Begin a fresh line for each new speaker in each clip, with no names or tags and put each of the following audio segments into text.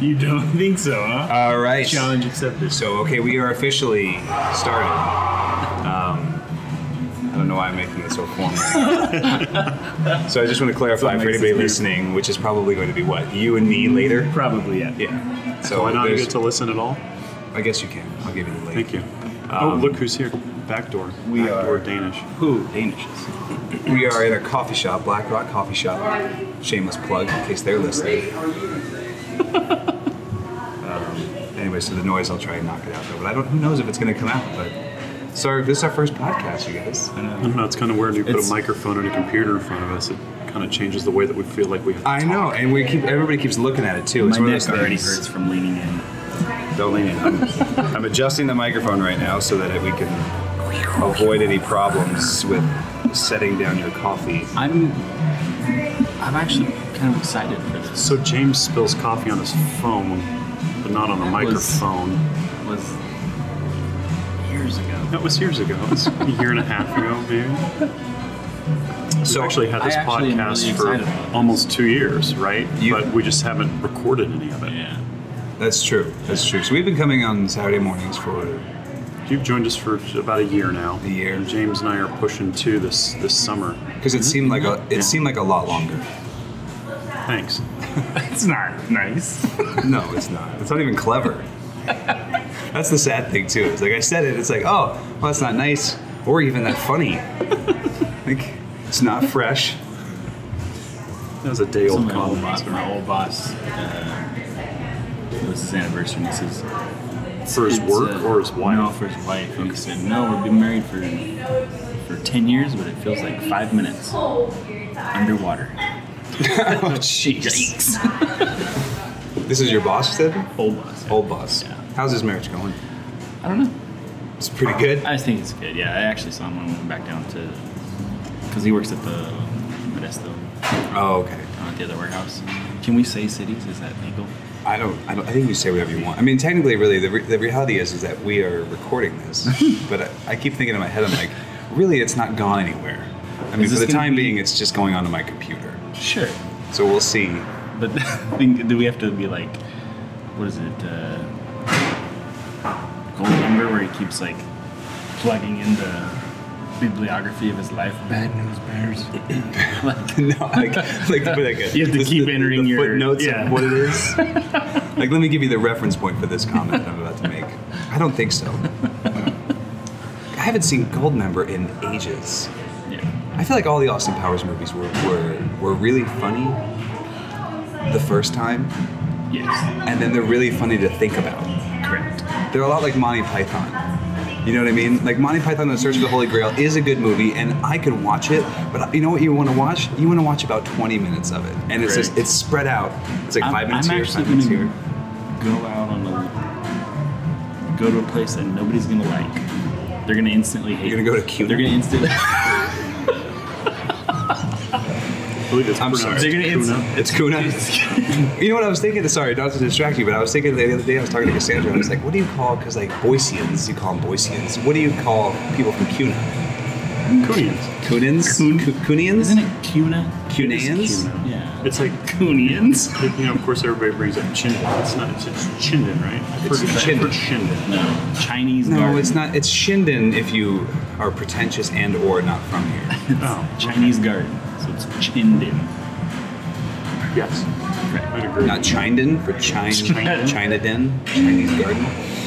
You don't think so, huh?
All right.
Challenge accepted.
So, okay, we are officially starting. Um, I don't know why I'm making this so formal. so, I just want to clarify
That's
for
what makes
anybody
this new.
listening, which is probably going to be what? You and me later?
Probably, yeah.
Yeah.
Do
So,
I not
there's-
get to listen at all?
I guess you can. I'll give you the link.
Thank you. oh, look who's here. Backdoor.
We
Backdoor
are-
Danish.
Who? Danishes.
We are at a coffee shop, Black Rock Coffee Shop. Shameless plug in case they're listening. um, anyway, so the noise, I'll try and knock it out though. But I don't, who knows if it's going to come out. But sorry, this is our first podcast, you guys.
I don't know, it's kind of weird when you put
It's-
a microphone and a computer in front of us. It kind of changes the way that we feel like we have to
I know, and we keep everybody keeps looking at it too.
My
It's one of
neck
those
already
things-
hurts from leaning in.
Don't lean in. I'm, I'm adjusting the microphone right now so that we can avoid any problems with setting down your coffee.
I'm. I'm actually kind of excited for this.
So James spills coffee on his phone, but not on the
was-
microphone.
It was years ago.
That was years ago. It's a year and a half ago, maybe. So
So
we actually had this
I actually am
podcast
really
for
excited about this.
almost two years, right?
You-
but we just haven't recorded any of it.
Yeah.
that's true. That's true. So we've been coming on Saturday mornings for
You've joined us for about a year now.
A year.
And James and I are pushing two this this summer.
because it seemed like a it seemed like a lot longer.
Thanks.
It's not nice.
No, it's not. It's not even clever. That's the sad thing too. It's like I said it. It's like oh, well, that's not nice or even that funny. like it's not fresh.
That was a day
So
old
my old
comment
boss, my old boss, uh, it was his anniversary, and he says,
for his
it's,
work
uh,
or his wife.
No, for his wife. And he said, no, we've been married for for 10 years, but it feels like five minutes underwater.
oh jeez. This is your boss, you said?
Old boss.
Old boss.
Yeah.
How's his marriage going?
I don't know.
It's pretty good.
I just think it's good. Yeah, I actually saw him when we went back down to, because he works at the Modesto,
Oh, okay.
down at the other warehouse. Can we say cities? Is that legal?
I don't, I don't. I think you say whatever you want. I mean, technically, really, the, re- the reality is is that we are recording this, but I, I keep thinking in my head, I'm like, really, it's not gone anywhere. I mean,
Is
for
this
the
gonna
time
be-
being, it's just going onto my computer.
Sure.
So we'll see.
But I think, do we have to be like, what is it, uh, Gold Member, where he keeps like plugging in the bibliography of his life? Bad news bears. like,
no, like, like, but like a,
You have to
this-
keep
the- the
entering your-
footnotes
yeah.
of what it is. like, let me give you the reference point for this comment I'm about to make. I don't think so. I haven't seen Goldmember in ages.
yeah.
I feel like all the Austin Powers movies were, were, were really funny the first time,
Yes.
and then they're really funny to think about.
Correct.
They're a lot like Monty Python. You know what I mean? Like Monty Python and the Search for the Holy Grail is a good movie, and I could watch it. But you know what you want to watch? You want to watch about 20 minutes of it, and it's just
Correct.
it's spread out. It's like
I'm-
5 minutes
I'm
here,
actually
five minutes
gonna
here.
Go out on a go to a place that nobody's gonna like. They're gonna instantly hate.
You're gonna go to
They're
Cuba.
gonna instantly.
I believe it's
I'm
pronounced
sorry.
They're gonna
Kuna.
ins-
It's Kuna. you know what I was thinking? Sorry, not to distract you, but I was thinking the other day I was talking to Cassandra, and I was like, "What do you call? Because like Boiseans, you call them Boiseans. What do you call people from Cuna?
Kunians.
Cunans?
Coon-
Cu- Cunians?
Isn't it Cuna?
Cunans?
Kuna.
Yeah.
It's like
Coonians.
you know, of course, everybody brings up Chinden. It's not. It's, it's Chinden, right? I've
It's
heard- I've
Chinden.
heard Chinden.
No. Chinese.
No,
garden.
it's not. It's Shinden if you are pretentious and or not from here.
Oh,
Chinese garden. So it's Chinden.
Yes. I'd agree.
Not Chinden for China,
China.
China Den, Chinese Garden.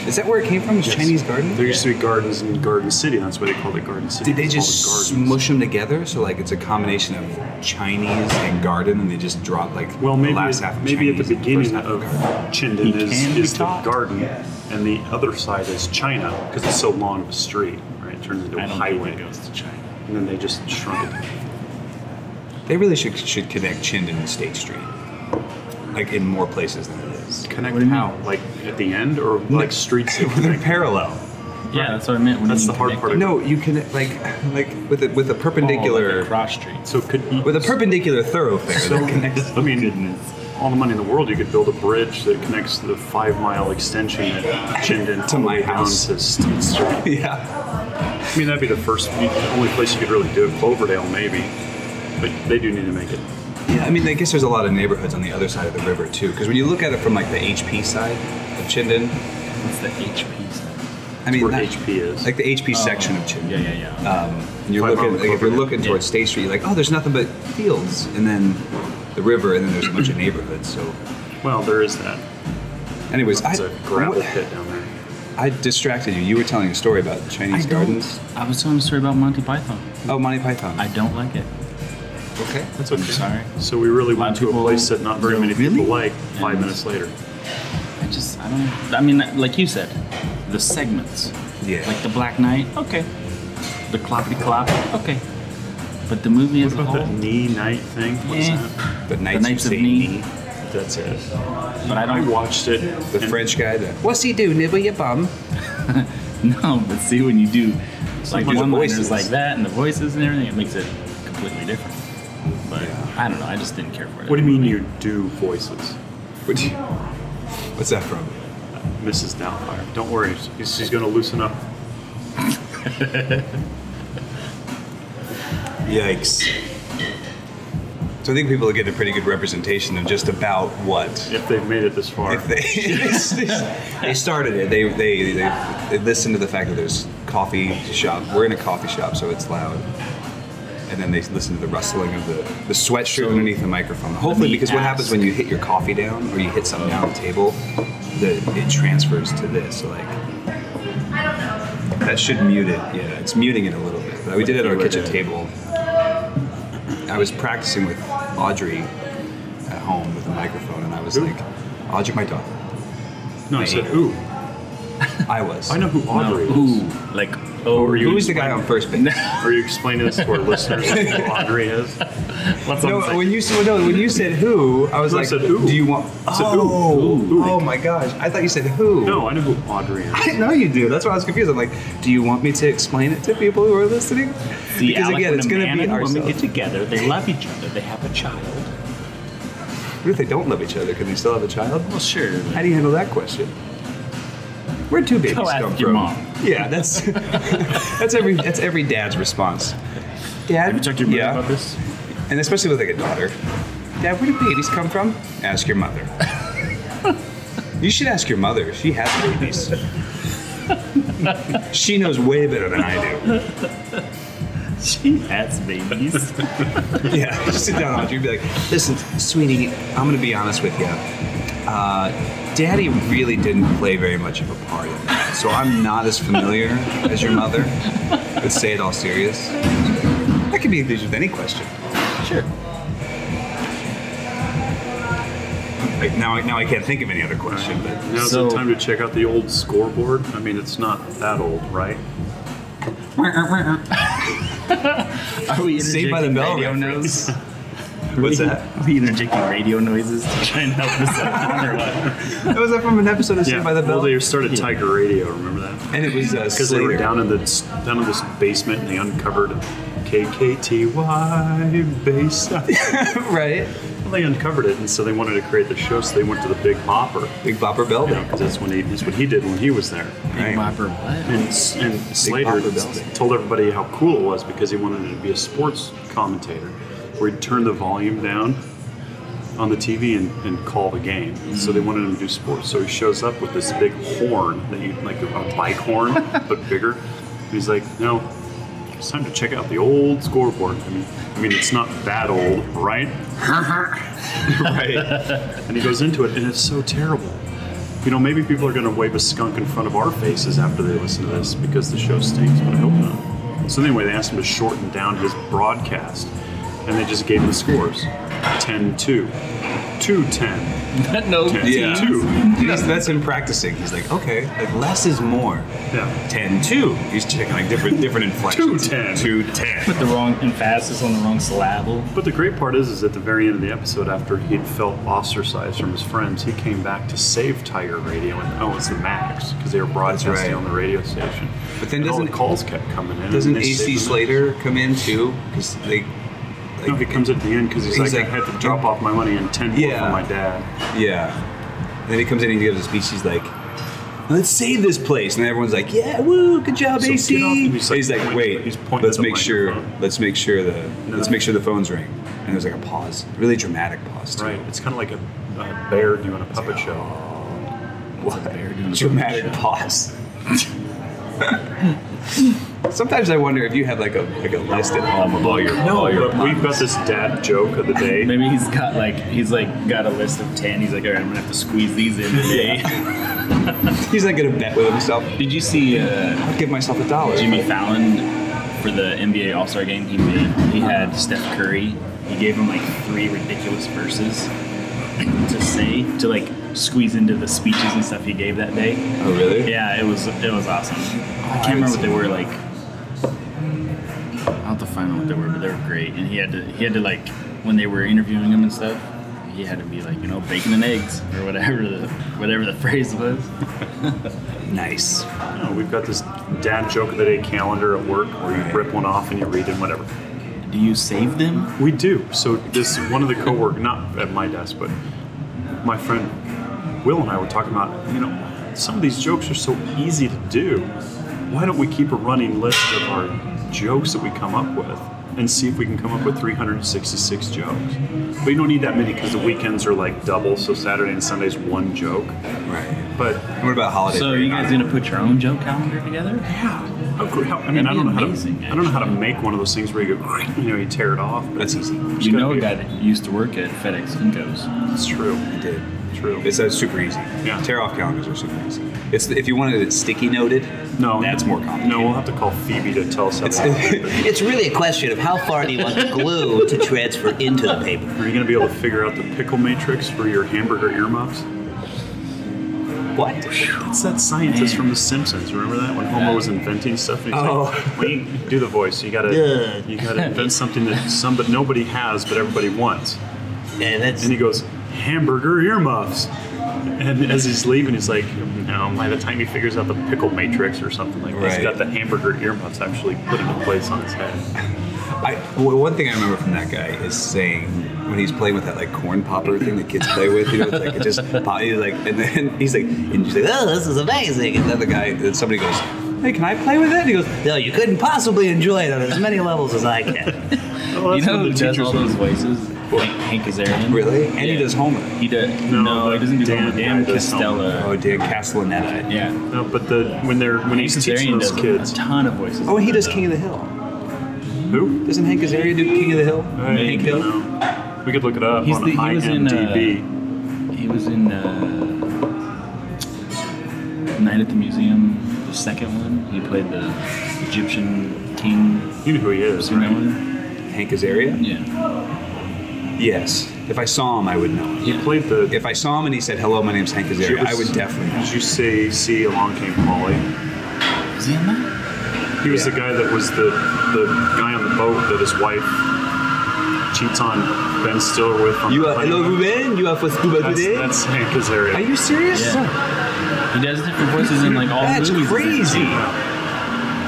Is that where it came from? Is
Yes.
Chinese Garden?
There used to be gardens in Garden City. That's why they called it Garden City.
Did they
It's all
just
the gardens.
smush them together? So like it's a combination of Chinese and garden, and they just drop like
Well, maybe
the last half. Of
maybe at
Chinese
the
and first
beginning
half
of
garden.
Chinden
He
is,
can be
is the
taught.
garden, and the other side is China because it's so long of a street. Right, it turns into
I
a
don't think
highway,
it goes to China.
and then they just shrunk it.
they really should should connect Chinden and State Street, like in more places than it is.
Connect
What do you
how?
mean?
Like at the end, or like streets that
They're
connect?
parallel.
Yeah, that's what I meant. When
That's
you
the hard
connect
part
it.
of
No, you can like like with a, with a
Oh, like a
perpendicular
cross street.
So could you,
with a perpendicular thoroughfare that connects.
I mean, all the money in the world, you could build a bridge that connects the five mile extension at Chinden
To
all the
my
way down
house.
to State Street.
Yeah.
I mean, that'd be the first, the only place you could really do it. Cloverdale, maybe. But they do need to make it
Yeah, I mean, I guess there's a lot of neighborhoods on the other side of the river too, because when you look at it from like the HP side of Chinden,
What's the HP side?
I mean,
where
not-
HP is.
like the HP section of Chinden.
Oh, Yeah, yeah, yeah.
Um, and you're
Five
looking,
Mile
like, if you're
Clover.
looking towards
Yeah.
State Street, you're like, oh, there's nothing but fields, and then the river, and then there's a bunch of neighborhoods. So,
well, there is that.
anyways, I,
It's a gravel pit down there.
I distracted you. You were telling a story about Chinese gardens.
I was telling a story about Monty Python.
Oh, Monty Python.
I don't like it.
okay.
That's okay.
I'm sorry.
So we really
lot
went
of
to a
people-
place that not very many
Really?
people like. Five
Yeah.
minutes later,
I just I don't. I mean, like you said, the segments.
Yeah.
Like the Black Knight. Okay. The cloppity clop. Okay. But the movie as
what
a
about
whole.
that knee night thing? What's
Eh.
that?
But Knights,
The Knights
of
of
Saint
Knee.
Knee.
That's it.
But I
I
don't.
watched it.
The
and
French guy. The, What's he do? Nibble your bum.
No, but see when you do like
do the
one
voices.
liners like that and the voices and everything, it makes it completely different. But I don't know. I just didn't care for it.
What do you mean you do voices?
What do you- What's that from?
Mrs. Doubtfire. Don't worry, she's, she's going to loosen up.
Yikes. So I think people get a pretty good representation of just about what
If they've made it this far,
if they they started it. They they they, they listen to the fact that there's coffee shop. We're in a coffee shop, so it's loud. And then they listen to the rustling of the, the sweatshirt
So-
underneath the microphone. Hopefully,
me
because what happens
ask.
when you hit your coffee down or you hit something down on the table, the, it transfers to this. So like, that should mute it. Yeah, it's muting it a little bit. But we did it at our
Keyword
kitchen
edit.
table. I was practicing with Audrey at home with a microphone, and I was
Who?
like, Audrey, my daughter.
no, I said ooh.
I was.
I know who
No.
Audrey is.
Ooh. Like oh,
Who was the guy on first base?
Are you explaining this to our listeners who Audrey is?
What's
No,
on
when you said, no, when you said who, I was
No, I
like,
said who.
do you want?
I said who. Who.
oh my gosh! I thought you said who.
No, I know who Audrey is.
I know you do. That's why I was confused. I'm like, do you want me to explain it to people who are listening?
See,
because
Alec,
again,
when
it's
a
going to
man
be
and a woman
ourselves.
get together, they love each other, they have a child.
What if they don't love each other? Can they still have a child?
Well, sure.
How do you handle that question? Where do babies
Go ask
come
your
from?
mom.
Yeah, that's that's every that's every dad's response. Dad,
Have you talked to your mother
yeah,
about this?
and especially with like a daughter. Dad, where do babies come from? Ask your mother. you should ask your mother. She has babies. she knows way better than I
She has babies.
do. Yeah, you sit down, Audrey, and be like, "Listen, sweetie, I'm gonna be honest with you. Uh, Daddy really didn't play very much of a part in that, so I'm not as familiar as your mother. But say it all serious. That could be engaged with any question.
sure.
Like now, I- now I can't think of any other question, but.
Now's
So-
the time to check out the old scoreboard. I mean, it's not that old, right?
Are we
Saved by the
interjecting
Bell
radio
reference.
noises?
What's that?
Are we interjecting radio noises to try and help this out or what?
That was that from an episode of Saved by the Bell.
Well, they started Tiger Radio. Remember that?
and it was uh,
Because they were
Slater.
down in the down in this basement and they uncovered KKTY Bayside.
right.
well, they uncovered it, and so they wanted to create the show, so they went to the Big Bopper.
Big Bopper Bell.
Yeah, because that's when he that's what he did when he was there.
Right.
Big Whopper, what?
And, and Slater
Bopper Building.
told everybody how cool it was because he wanted to be a sports commentator, where he'd turn the volume down on the TV and, and call the game. So they wanted him to do sports. So he shows up with this big horn that you like a bike horn, but bigger. And he's like, no, it's time to check out the old scoreboard. I mean, I mean, it's not that old, right?
right.
And he goes into it, and it's so terrible. You know, maybe people are going to wave a skunk in front of our faces after they listen to this because the show stinks, but I hope not. So anyway, they asked him to shorten down his broadcast, and they just gave him the scores 10 2, 2 10,
no.
10
Yeah.
2.
That's, that's him practicing. He's like, okay, like less is more.
Yeah.
10 2. He's checking like different different inflections.
2-10.
2
Put
10.
the wrong emphasis on the wrong syllable.
But the great part is, is at the very end of the episode, after he'd felt ostracized from his friends, he came back to save Tiger Radio, and oh, it's the Max because they were broadcasting
right.
on the radio station.
But then
And all the
doesn't-
calls kept coming in? and
Doesn't
they
AC
saved him.
Slater come in too? Because they. Like,
No, he comes at the end because he's,
He's
like,
like,
I had to drop off my money and ten more
Yeah.
for my dad.
Yeah. Then he comes in and he gives a speech. He's like, let's save this place. And everyone's like, yeah, woo, good job,
So
AC.
get off-
And
he's
He's
like
like,
pointing-
wait,
he's pointing
let's
at the
make sure,
microphone.
let's make sure the, let's make sure the phones ring. and there's like a pause, really dramatic pause. Too.
Right. It's kind of like a, a bear doing a puppet show.
What?
bear doing a
dramatic
puppet show.
pause. Sometimes I wonder if you have like a like a list at home of all your
No,
all your
But we've got this dad joke of the day.
Maybe he's got like he's like got a list of ten. He's like, all right, I'm gonna have to squeeze these in today.
He's not gonna bet with himself.
Did you see uh,
I'll give myself a dollar.
Jimmy Fallon for the NBA All Star game? He made he had Steph Curry. He gave him like three ridiculous verses to say to like squeeze into the speeches and stuff he gave that day.
Oh really?
Yeah, it was it was awesome. I can't remember what they were like. I'll have to find out what they were, but they were great. And he had to he had to like when they were interviewing him and stuff, he had to be like you know bacon and eggs or whatever the whatever the phrase was.
Nice.
No, we've got this dad joke of the day calendar at work where you rip one off and you read it, whatever.
Do you save them?
We do. So this one of the coworkers, not at my desk, but my friend Will and I were talking about, you know, some of these jokes are so easy to do. Why don't we keep a running list of our jokes that we come up with and see if we can come up with 366 jokes? But you don't need that many because the weekends are like double, so Saturday and Sunday's one joke.
Right.
But
And what about holiday?
So are you guys gonna put your own joke calendar together?
yeah, of course. How, I
That'd
mean, I
be
don't know how
amazing,
to, I don't know how to make one of those things where you go, you know, you tear it off. But
That's easy.
there's
You
gotta
know
be
a guy that used to work at FedEx Funkos.
It's true.
I did.
True.
It's uh, super easy.
Yeah.
Tear off calendars are super easy. It's if you wanted it sticky noted.
No,
That's more complicated.
No, we'll have to call Phoebe to tell us how
It's,
to do it.
It's really a question of how far do you want the glue to transfer into the paper?
Are you going to be able to figure out the pickle matrix for your hamburger earmuffs?
what?
That's that scientist from The Simpsons. Remember that when Homer was inventing stuff? And he's like,
Oh.
"Well, you do the voice. You got to
Yeah.
you got to invent something that some but nobody has, but everybody wants."
And that's
And he goes, "Hamburger earmuffs." And as he's leaving, he's like, "No." By the time he figures out the pickle matrix or something like that,
Right.
he's got the hamburger earmuffs actually put into place on his head.
I, well, one thing I remember from that guy is saying when he's playing with that like corn popper thing that kids play with, you know, it's like it just pop, he's like, and then he's like, and she's like,
oh, this is amazing. And
and then the guy, and somebody goes, hey, can I play with it? And he goes,
no, you couldn't possibly enjoy it on as many levels as I can.
Oh,
you
that's when
know who does all
were-
those voices? Hank, Hank Azarian.
really? And he
Yeah.
does Homer.
He does.
No,
No, he doesn't do
Dan-
Dan,
Dan
Dan
does
Costello.
Oh, dear, Castellaneta.
Yeah.
No, but the when they're when
Hank
he's teaching
Azarian
those
does
kids,
a ton of voices.
Oh, and he does King of the Hill.
who?
Doesn't Hank Azaria do King of the Hill?
I
Hank Hill?
don't know. We could look it up
He's
on
the- he was in, uh,
IMDb.
He was in uh, Night at the Museum, the second one. He played the Egyptian king.
you know who he is,
You know
right?
him?
Hank Azaria?
Yeah.
Yes. If I saw him, I would know.
He
Played the.
If I saw him and he said, hello, my name's Hank
She
Azaria,
was-
I would definitely know.
Did you say see along came Polly?
Was he in that?
He was
Yeah.
the guy that was the the guy on the boat that his wife cheats on Ben Stiller with. On
You
the
uh,
are hello,
honeymoon.
Ruben. You are for scuba
That's,
today.
that's Hank Azaria.
Are you serious?
Yeah. He does different voices in like all
That's
the movies. he's in.
crazy.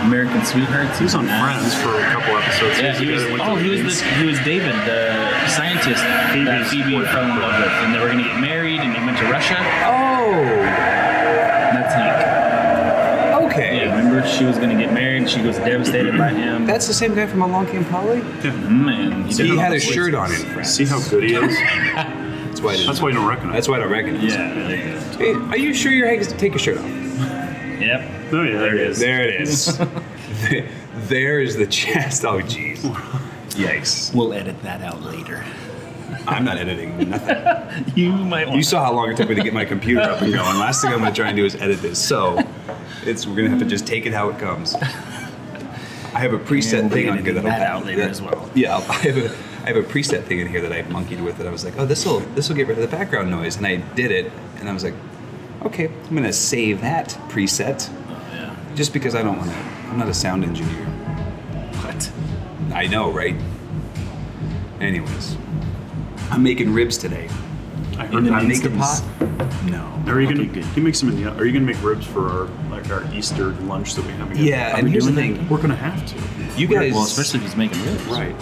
American Sweethearts.
he was on Friends for a couple episodes.
Yeah,
the
he
guy
was.
that went to
Oh, he was.
Greece.
The, he was David, the scientist that
Phoebe's
Phoebe fell in love with, and they were gonna get married, and he went to Russia.
Oh,
That's Hank.
okay.
Yeah, remember she was gonna get married. She was devastated by him.
That's the same guy from Along Came Polly?
man. He,
he
did all
had
the
his
voices.
shirt on in France.
See how good he is.
That's why, I didn't-
That's why you don't recognize.
that's why I don't recognize him.
Yeah. There you go.
Hey, are you sure your Hank is... Take your shirt off.
Yep.
No, yeah, there he is.
There it is. There- there is the chest. Oh, jeez. Yikes.
We'll edit that out later.
I'm not editing nothing.
You might. Want
You saw how long it took me to get my computer up and going. Last thing I'm going to try and do is edit this. So it's we're going to have to just take it how it comes. I have a preset
And we'll
thing
be
on here that,
editing
I'll-
that out later
that-
as well.
Yeah, I have a I have a preset thing in here that I monkeyed with that I was like, oh, this will this will get rid of the background noise, and I did it, and I was like, okay, I'm going to save that preset
Oh, Yeah.
just because I don't want to. I'm not a sound engineer.
What?
I know, right? Anyways, I'm making ribs today.
I heard
In the
that.
midst
Naked
of
pot?
this-
No.
Are you
Okay,
gonna
good.
you make some? in the- Are you gonna make ribs for our like our Easter lunch that we have? again?
Yeah,
Are
and
we
here's the
doing
thing.
We're gonna have to.
You guys,
Well, especially if he's making ribs.
Right.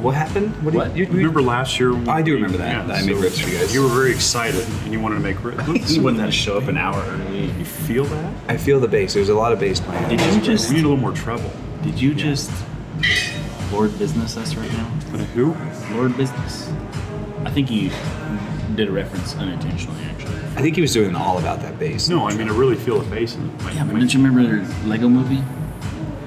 what happened? What?
What?
Did you, you,
Remember last year?
I do remember that, that I made ribs for you guys.
You were very excited and you wanted to make ribs.
You wouldn't have to show up an hour early.
You feel that?
I feel the bass. There's a lot of bass playing.
Did you just?
We need a little more trouble.
Did you just Lord Business us right now?
Who?
Lord Business. I think he did a reference unintentionally, actually.
I think he was doing an all about that bass.
No, I mean I really feel the bass in it. My-
Yeah, but
my-
don't you remember the Lego movie?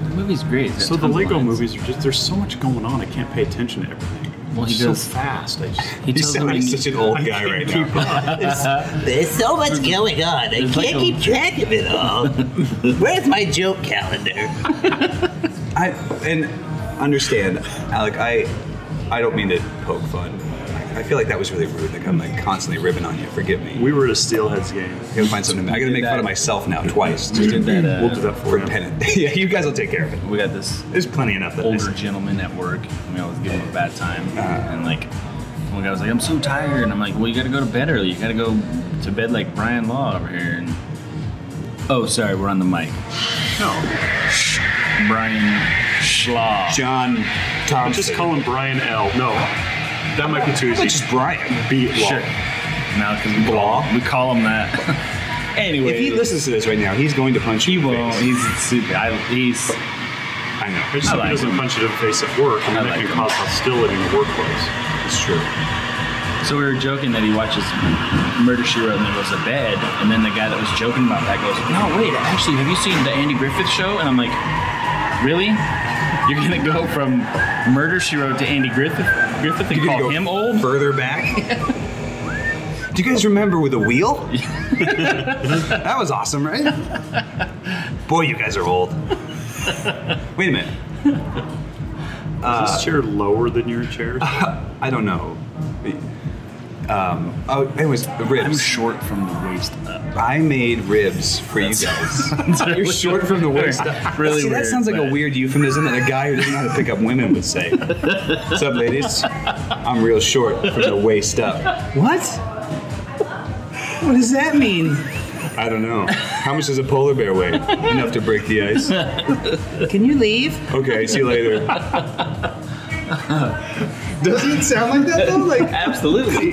The movie's great. It's got
so the
tons of
Lego
lines.
movies are just there's so much going on. I can't pay attention to everything.
Well, he
They're
does-
so fast. I just,
You
He tells them
sound like
he-
such an old guy
can't
right
keep
now.
There's so much going on. I
It's
can't
like a-
keep track of it all. Where's my joke calendar?
I and understand, Alec. I I don't mean to poke fun. I feel like that was really rude. Like I'm like constantly ribbing on you. Forgive me.
we were at a Steelheads game.
I gotta find something. I gotta make fun of myself now twice. Just
did that, uh,
We'll do that for
for
him.
penance. yeah, you guys will take care of it.
we got this
There's plenty enough that I
older
said.
gentleman at work. and We always give him a bad time, and like one guy was like, "I'm so tired," and I'm like, "Well, you got to go to bed early. You got to go to bed like Brian Law over here." And oh, sorry, we're on the mic.
No,
Brian Schlaw.
John
I
Thompson.
just call him Brian L. No, that might be too
Which
easy.
is Brian.
Beat Law.
Sure. Now, because we call
Law?
we call him that. anyway,
If he listens to this right now, he's going to punch
he
you. in the
won't.
face.
He's super. I, he's
I
I
know.
just
I
hope
like
he doesn't
him.
punch it in the face at work. I mean,
I
that
like
can
him.
cause hostility in the workplace.
It's true.
So we were joking that he watches Murder She Wrote and then goes to bed, and then the guy that was joking about that goes, "No, wait, actually, have you seen the Andy Griffith Show?" And I'm like, "Really? You're gonna go from Murder She Wrote to Andy Griffith, Griffith, and
You're gonna go
call him old?"
Further back. Do you guys remember with the wheel? that was awesome, right? Boy, you guys are old. Wait a minute.
Is this chair lower than your chair?
I don't know. Um, oh, anyways, the
I'm
ribs.
short from the waist up.
I made ribs for you guys. You're short from the waist up.
Really
See, that
weird,
sounds like a
but-
weird euphemism that a guy who doesn't know how to pick up women would say. What's up, ladies? I'm real short from the waist up. What? What does that mean? I don't know. How much does a polar bear weigh? Enough to break the ice.
Can you leave?
Okay, see you later. Doesn't it sound like that though? Like,
Absolutely.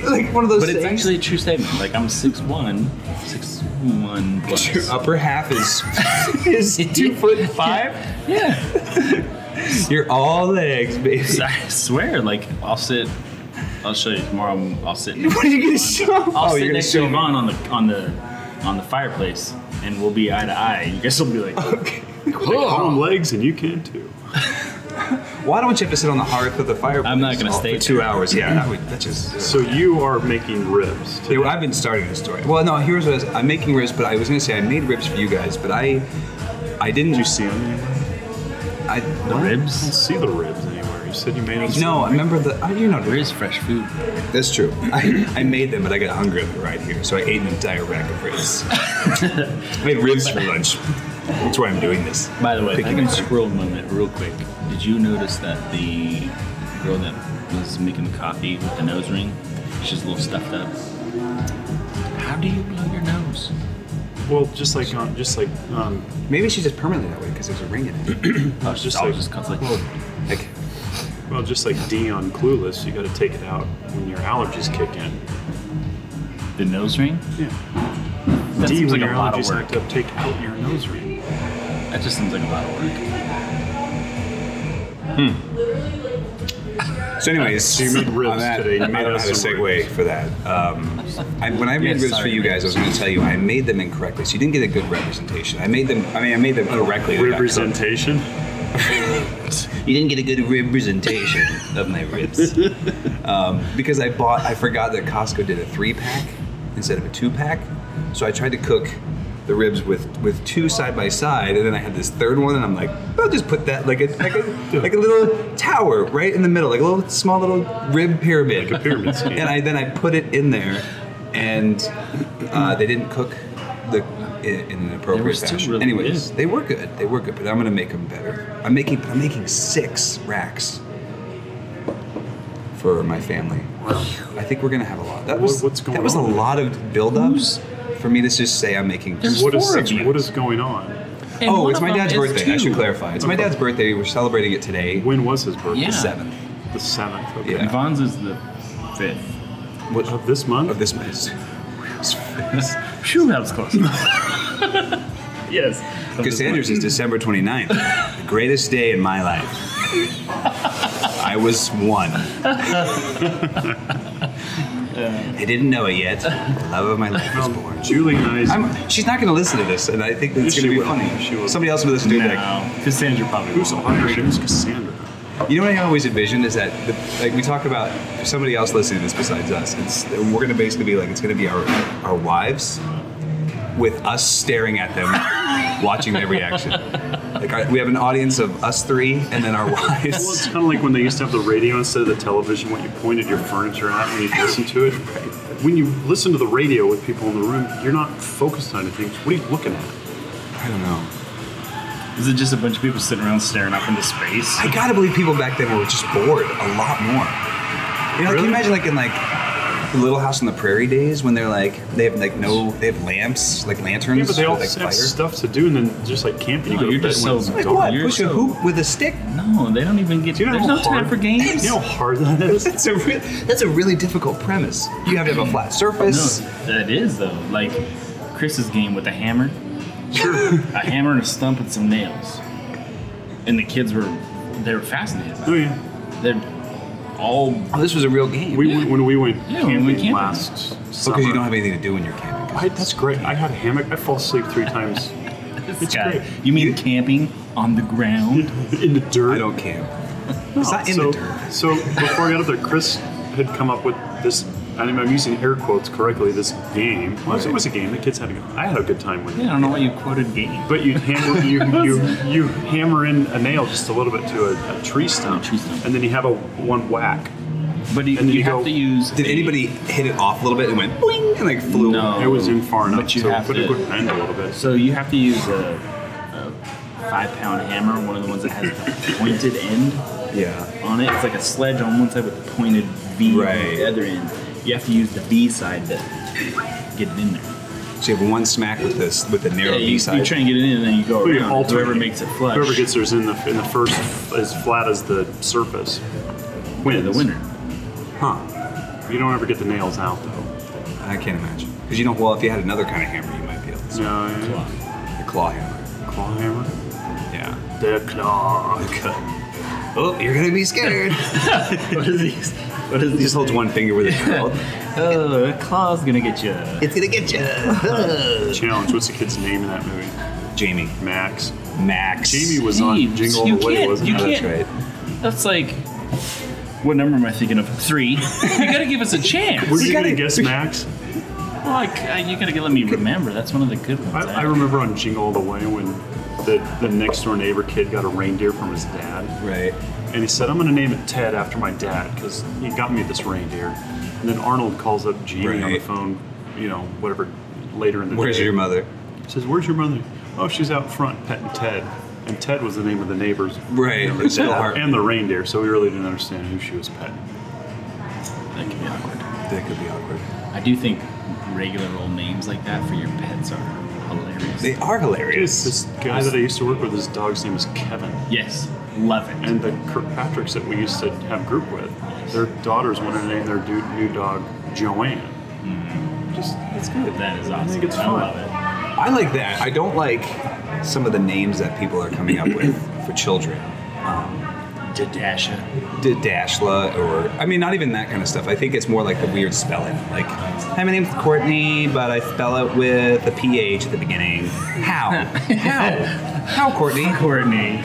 like one of those
But it's
sayings?
actually a true statement. Like I'm 6'1", 6'1 plus.
Your upper half is is two foot five.
Yeah.
You're all legs, baby.
I swear. Like I'll sit. I'll show you tomorrow. I'll sit. next
What are you
to
gonna
Yvonne.
show? oh,
I'll sit
you're gonna
next to
show me.
Yvonne on the on the on the fireplace, and we'll be eye to eye. You guys will be like,
They call them legs, and you can too.
Why don't you have to sit on the hearth of the fireplace?
I'm not gonna
all-
stay
for two
there.
hours. Yeah, that would that just.
So you are making ribs.
Yeah, well, I've been starting this story. Well, no, here's what I was, I'm making ribs, but I was gonna say I made ribs for you guys, but I, I didn't.
Did you see them? anywhere?
I,
the
I don't
ribs.
see the ribs anywhere. You said you made them.
No, I remember the. Oh, you know,
Where is fresh food?
that's true. I, I made them, but I got hungry right here, so I ate an entire rack of ribs. I made ribs for lunch. That's why I'm doing this.
By the way, if I
Picking
can
up-
squirrel moment real quick. Did you notice that the girl that was making the coffee with the nose ring, she's a little stuffed up. How do you blow your nose?
Well, just like on, just like um,
Maybe she's just permanently that way because there's a ring in it.
I was
just
I was
like-
just constantly-
Like,
well, just like D on Clueless, you got to take it out when your allergies kick in.
the nose ring.
Yeah.
That
D
seems
when
like a
your
lot of
allergies
work.
act up, take out your nose ring.
That just seems like a lot of work.
So, anyways,
So you made ribs
on that,
today. You made
I don't know
us
how to
some
segue
ribs.
for that. Um, I, when I made
Yeah,
ribs for
sorry,
you guys, I was
ribs.
going to tell you I made them incorrectly, so you didn't get a good representation. I made them. I mean, I made them correctly. They got cooked.
Representation.
You didn't get a good representation of my ribs.
because I bought. I forgot that Costco did a three pack instead of a two pack, so I tried to cook the ribs with with two side by side, and then I had this third one, and I'm like, I'll just put that like a like a like a little tower right in the middle, like a little small little rib pyramid.
Like a pyramid scheme.
and I then I put it in there, and uh, they didn't cook the in, in an
They were
appropriate
still
fashion.
really
Anyways,
good.
they were good. They were good, but I'm gonna make them better. I'm making I'm making six racks for my family. I think we're gonna have a lot. That
What-
was
what's going
that was
on?
a lot of buildups for me to just say I'm making.
There's
What is
four of
six-
you.
what is going on?
And
oh,
one
it's
of
my
them
dad's
is
birthday. I should
two.
clarify. It's my dad's birthday. We're celebrating it today.
When was his birthday?
Yeah.
The seventh
The seventh. Okay.
Yeah.
Yvonne's is the fifth.
Of this month.
of this month.
Phew, that was close. yes.
Cassandra's is December 29th. the greatest day in my life. I was one. I didn't know it yet. The love of my life was born.
Julie and I.
I'm, she's not going to listen to this, and I think it's
She
going to be
will.
funny.
She will.
Somebody else will listen to it. like,
No, Cassandra probably
who's
won't.
Andre? Who's Cassandra?
You know what I always envision is that, the, like, we talk about if somebody else listening to this besides us. It's we're gonna basically be like it's gonna be our our wives, with us staring at them, watching their reaction. Like our, we have an audience of us three, and then our
Well, it's
wives.
kind of like when they used to have the radio instead of the television. What you pointed your furniture at when you listened to it. When you listen to the radio with people in the room, you're not focused on anything. What are you looking at?
I don't know.
Is it just a bunch of people sitting around staring up into space?
I gotta believe people back then were just bored a lot more. You know, can
Really?
you imagine like in like the Little House on the Prairie days when they're like they have like no they have lamps like lanterns
Yeah, but they all
with like
just have
fire.
stuff to do, and then just like camping.
No,
you go
you're
to bed
just
when
so
it's
Like
dark.
what?
You're
Push a
so-
hoop with a stick?
No, they don't even get.
Do you know
there's
how
no time
hard-
for games.
You know how hard that is.
That's a re- that's a really difficult premise. You have to have a flat surface.
No, that is though. Like Chris's game with a hammer. Sure. a hammer and a stump and some nails. And the kids were they were fascinated by
Oh
it.
yeah.
They're all
Oh, this was a real game.
We went, when we went
Yeah, when
camping
we camped.
last summer.
because you don't have anything to do when you're camping.
I, that's great. I had a hammock. I fall asleep three times
it's
great.
You mean camping on the ground?
in the dirt.
I don't camp.
No,
It's not in
so,
the dirt.
So before I got up there, Chris had come up with this. I mean, I'm using air quotes correctly. This game. Well, it was a game. The kids had a good. I had a good time with it.
Yeah, I don't know why you quoted game.
But you hammer you, you you hammer in a nail just a little bit to a, a tree stump,
tree stump.
and then you have a one whack.
But you,
And then
you
you
have
go-
to use.
Did
a-
anybody hit it off a little bit and went bling and like flew?
No.
It was in far enough,
But you
so
have
but it
to-
would bend a little bit.
So you have to use a, a five-pound hammer, one of the ones that has the pointed end.
Yeah.
on it. It's like a sledge on one side with the pointed V on
Right.
the other end. You have to use the V side to get it in there.
So you have one smack with this with the narrow
you,
B
you
side.
try and get it in, and then you go
But you
around.
alternate.
Whoever makes it flush,
Whoever gets theirs in the in the first as flat as the surface
yeah,
wins.
the winner.
huh?
You don't ever get the nails out though.
I can't imagine. Because you know, well, if you had another kind of hammer, you might be able to.
No, yeah.
The claw hammer.
claw hammer.
Yeah.
The claw.
Oh, you're gonna be scared.
what is he? What is
he
he?
just holds one finger with his mouth.
Oh, that claw's gonna get you.
It's gonna get you.
Challenge. What's the kid's name in that movie?
Jamie.
Max.
Max.
Jamie was on
Jeez,
Jingle All
you
the Way,
can't-
wasn't
you
he?
Oh, that's
can't-
right.
That's like. What number am I thinking of? Three. you gotta give us a chance.
Were
We
you
gotta-
gonna guess Max?
Well, like, uh, you gotta let me remember. That's one of the good ones. eh?
I, I remember on Jingle All the Way when the, the next door neighbor kid got a reindeer from his dad,
Right.
and he said, "I'm going to name it Ted after my dad because he got me this reindeer." And then Arnold calls up Jamie on the
Right.
phone, you know, whatever later in the
Where's
day.
your mother?
Says, "Where's your mother?" Oh, she's out front petting Ted, and Ted was the name of the neighbor's
Right. It's Bill Hart.
and the reindeer, so we really didn't understand who she was petting.
that could be awkward.
That could be awkward.
I do think regular old names like that for your pets are hilarious.
They are
It's
hilarious.
this guy that I used to work with. His dog's name is Kevin.
Yes, love it.
and the Kirkpatricks that we used to have group with, their daughters wanted to name their du- new dog Joanne. Just
That's good. That is awesome. I,
think it's fun.
love it.
I like that. I don't like some of the names that people are coming up with for children.
Dadasha.
D- Dashla, or I mean, not even that kind of stuff. I think it's more like the weird spelling. Like, hi, my name's Courtney, but I spell it with a ph at the beginning. How? How? How, Courtney?
Courtney.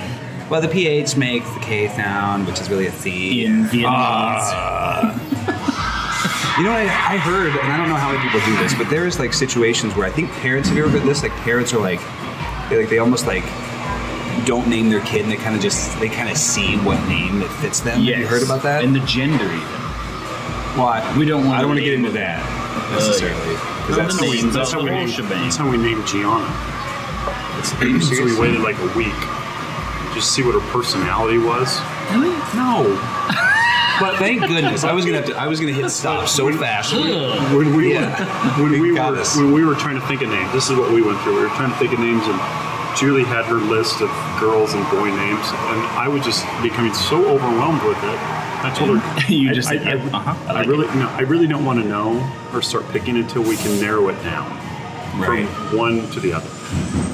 Well, the ph makes the k sound, which is really a c. Ah,
In Vietnamese.
Ah.
You know, I, I heard, and I don't know how many people do this, but there is like situations where I think parents have you ever heard this? Like parents are like, they like they almost like don't name their kid, and they kind of just they kind of see what name that fits them. Have you heard about that?
And the gender even.
Why?
We don't want
I don't want
to
to get
name
into that
Oh,
necessarily. 'cause
Not
that's
the
the
names.
that's how,
the
we
whole
named,
shebang.
that's how we named Gianna.
you
So we
serious?
waited like a week just see what her personality was.
Really?
No. But thank goodness, I was gonna have to. I was gonna hit stop so fast.
When we
Yeah.
were, when we
Got
were
this.
when we were trying to think of names, this is what we went through. We were trying to think of names, and Julie had her list of girls and boy names, and I was just becoming so overwhelmed with it. I told her,
You
I-
just
I,
said, "Yep,
I,
uh-huh, I
I
like
really, no, I really don't want to know or start picking until we can narrow it down.
Right.
from one to the other.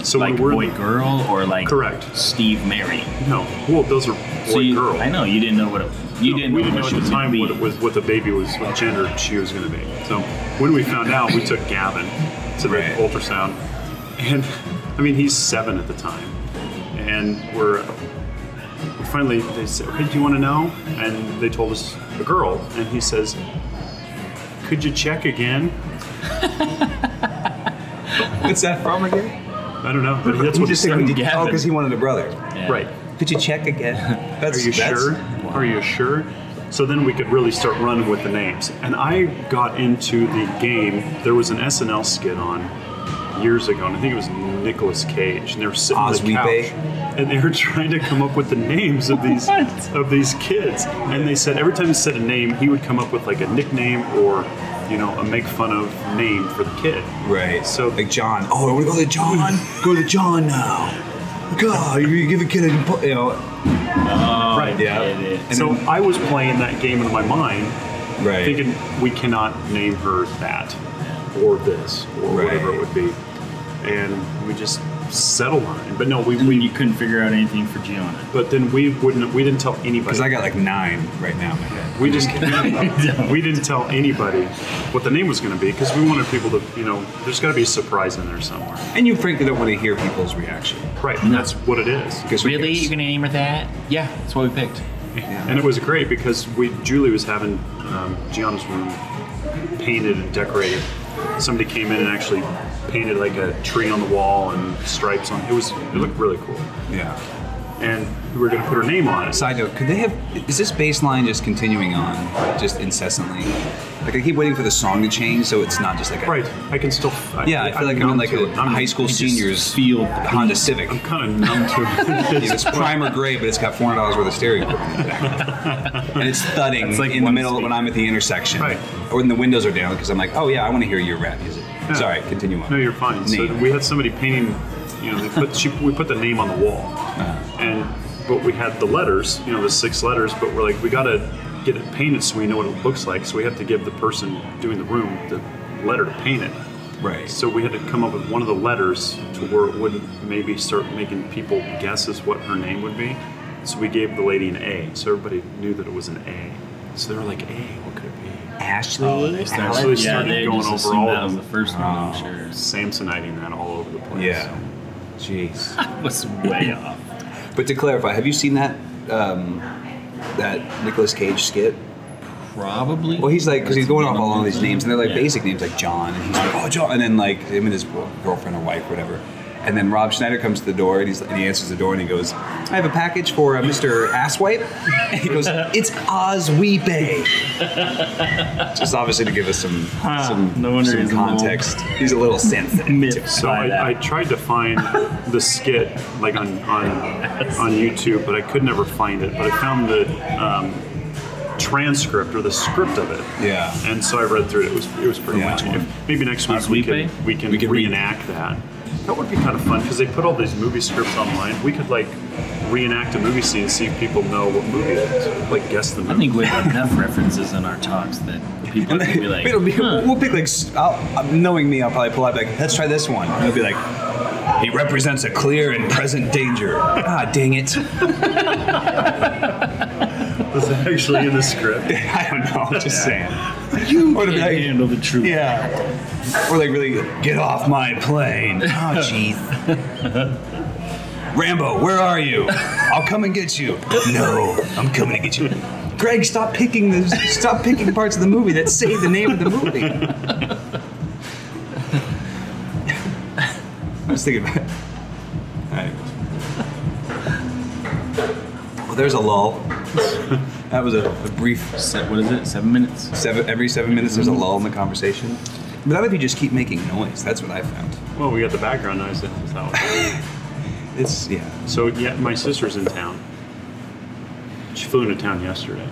So
like
when we're
boy girl or like
Correct.
Steve Mary.
no, well, those are boy
So you,
girl.
I know you didn't know what it, you
No,
didn't
we
know
didn't
what
know at
she was
the
gonna
time
be.
what it was, what the baby was, what gender she was going to be. So when we found out, we took Gavin to the
Right.
ultrasound, and I mean he's seven at the time, and we're finally they said, "Okay, do you want to know?" And they told us a girl, and he says, "Could you check again?"
What's that from again?
I don't know. But that's
He
what he
just said,
said.
"Would you-
Gavin.
Oh, because he wanted a brother.
Yeah.
Right.
Could you check again? That's,
Are you
that's-
sure? Are you sure? So then we could really start running with the names. And I got into the game. There was an SNL skit on years ago, and I think it was Nicolas Cage, and they were sitting on the
Oswego.
couch, and they were trying to come up with the names of these of these kids. And they said every time he said a name, he would come up with like a nickname or you know a make fun of name for the kid.
Right.
So-
like John. Oh, I want to go to John. go to John now. God, you give a kid a bu- you know.
right.
Yeah.
it-
And
Um, so
then-
I was playing that game in my mind,
right.
thinking we cannot name her that or this or whatever
Right.
it would be. And we just settled on it. But no, we,
And
we
when you couldn't figure out anything for Gianna.
but then we wouldn't we didn't tell anybody.
Because I got like nine right now.
we just we didn't tell anybody what the name was going to be because we wanted people to you know there's got to be a surprise in there somewhere.
And you frankly don't want to hear people's reaction.
Right, and that's what it is.
Because who
Really?
cares?
You're gonna name her that? Yeah, that's what we picked.
And it was great because we Julie was having um, Gianna's room painted and decorated. Somebody came in and actually painted like a tree on the wall and stripes on. It was it looked really cool.
Yeah.
And we were going to put her name on it.
Side note: Could they have? Is this bass line just continuing on, just incessantly? Like I keep waiting for the song to change, so it's not just like a,
Right, I can still. I,
Yeah, I feel like I'm in like a
am
high school
just
seniors
feel the
Honda Civic.
I'm kind of numb to
It's
it.
primer gray, but it's got four hundred dollars worth of stereo equipment in the back, and it's thudding
That's like
in the
one
middle
speaker.
when I'm at the intersection,
Right.
or when the windows are down because I'm like, oh yeah, I want to hear your rap music.
Yeah.
Sorry, continue on.
no, you're fine. So
Name.
we had somebody painting. You know, they put she, we put the name on the wall,
Uh-huh.
and but we had the letters. You know, the six letters. But we're like, we got to get it painted so we know what it looks like. So we have to give the person doing the room the letter to paint it.
right.
So we had to come up with one of the letters to where it wouldn't maybe start making people guesses what her name would be. So we gave the lady an A. So everybody knew that it was an A. So they were like, A, what could it be?
Ashley,
started- So they
yeah,
started
they
going
just
over
assumed
all
that
of Oh.
was
them.
the first one. I'm sure.
Samsoniting that all over the place.
yeah, jeez.
Was way off.
But to clarify, have you seen that um, that Nicolas Cage skit?
Probably.
Well, he's like because he's going off all of these names, and they're like
Yeah.
basic names like John, and he's like oh John, and then like him and his girlfriend or wife, whatever. And then Rob Schneider comes to the door, and, he's, and he answers the door, and he goes, "I have a package for uh, Mr. Asswipe." And he goes, "It's Ozweepe." Just obviously to give us some some,
Ah, no wonder
some
he's a little-
context. he's a little sensitive. to it.
Myth
So
by
I, I
that.
tried to find the skit like on on, on YouTube, but I could never find it. But I found the um, transcript or the script of it.
Yeah.
And so I read through it. It was it was pretty
Yeah.
much. If, maybe next week
Last
we
week,
can,
babe?
we can
We can re-
reenact that. That would be kind of fun because they put all these movie scripts online. We could like reenact a movie scene and see if people know what movie it is. Like guess the movie.
I think we have enough references in our talks that people are gonna be like,
It'll be,
huh.
We'll pick like, s- I'll, uh, knowing me, I'll probably pull out like, let's try this one. And it'll be like, he represents a clear and present danger. ah, dang
was
it.
that actually in the script.
I don't know. I'm just saying.
you
Or to
can't
be like-
handle the truth.
Yeah. Or like really, get off my plane. Oh, jeez. Rambo, where are you? I'll come and get you. No, I'm coming to get you. Greg, stop picking the stop picking parts of the movie that say the name of the movie. I was thinking about it. All right. Well, there's a lull. That was a, a brief
Se- what is it? Seven minutes.
Seven, every seven minutes, there's a lull in the conversation. But that if you just keep making noise. That's what I found.
Well, we got the background noise. That's how it
It's yeah.
So yeah, my sister's in town. She flew into town yesterday.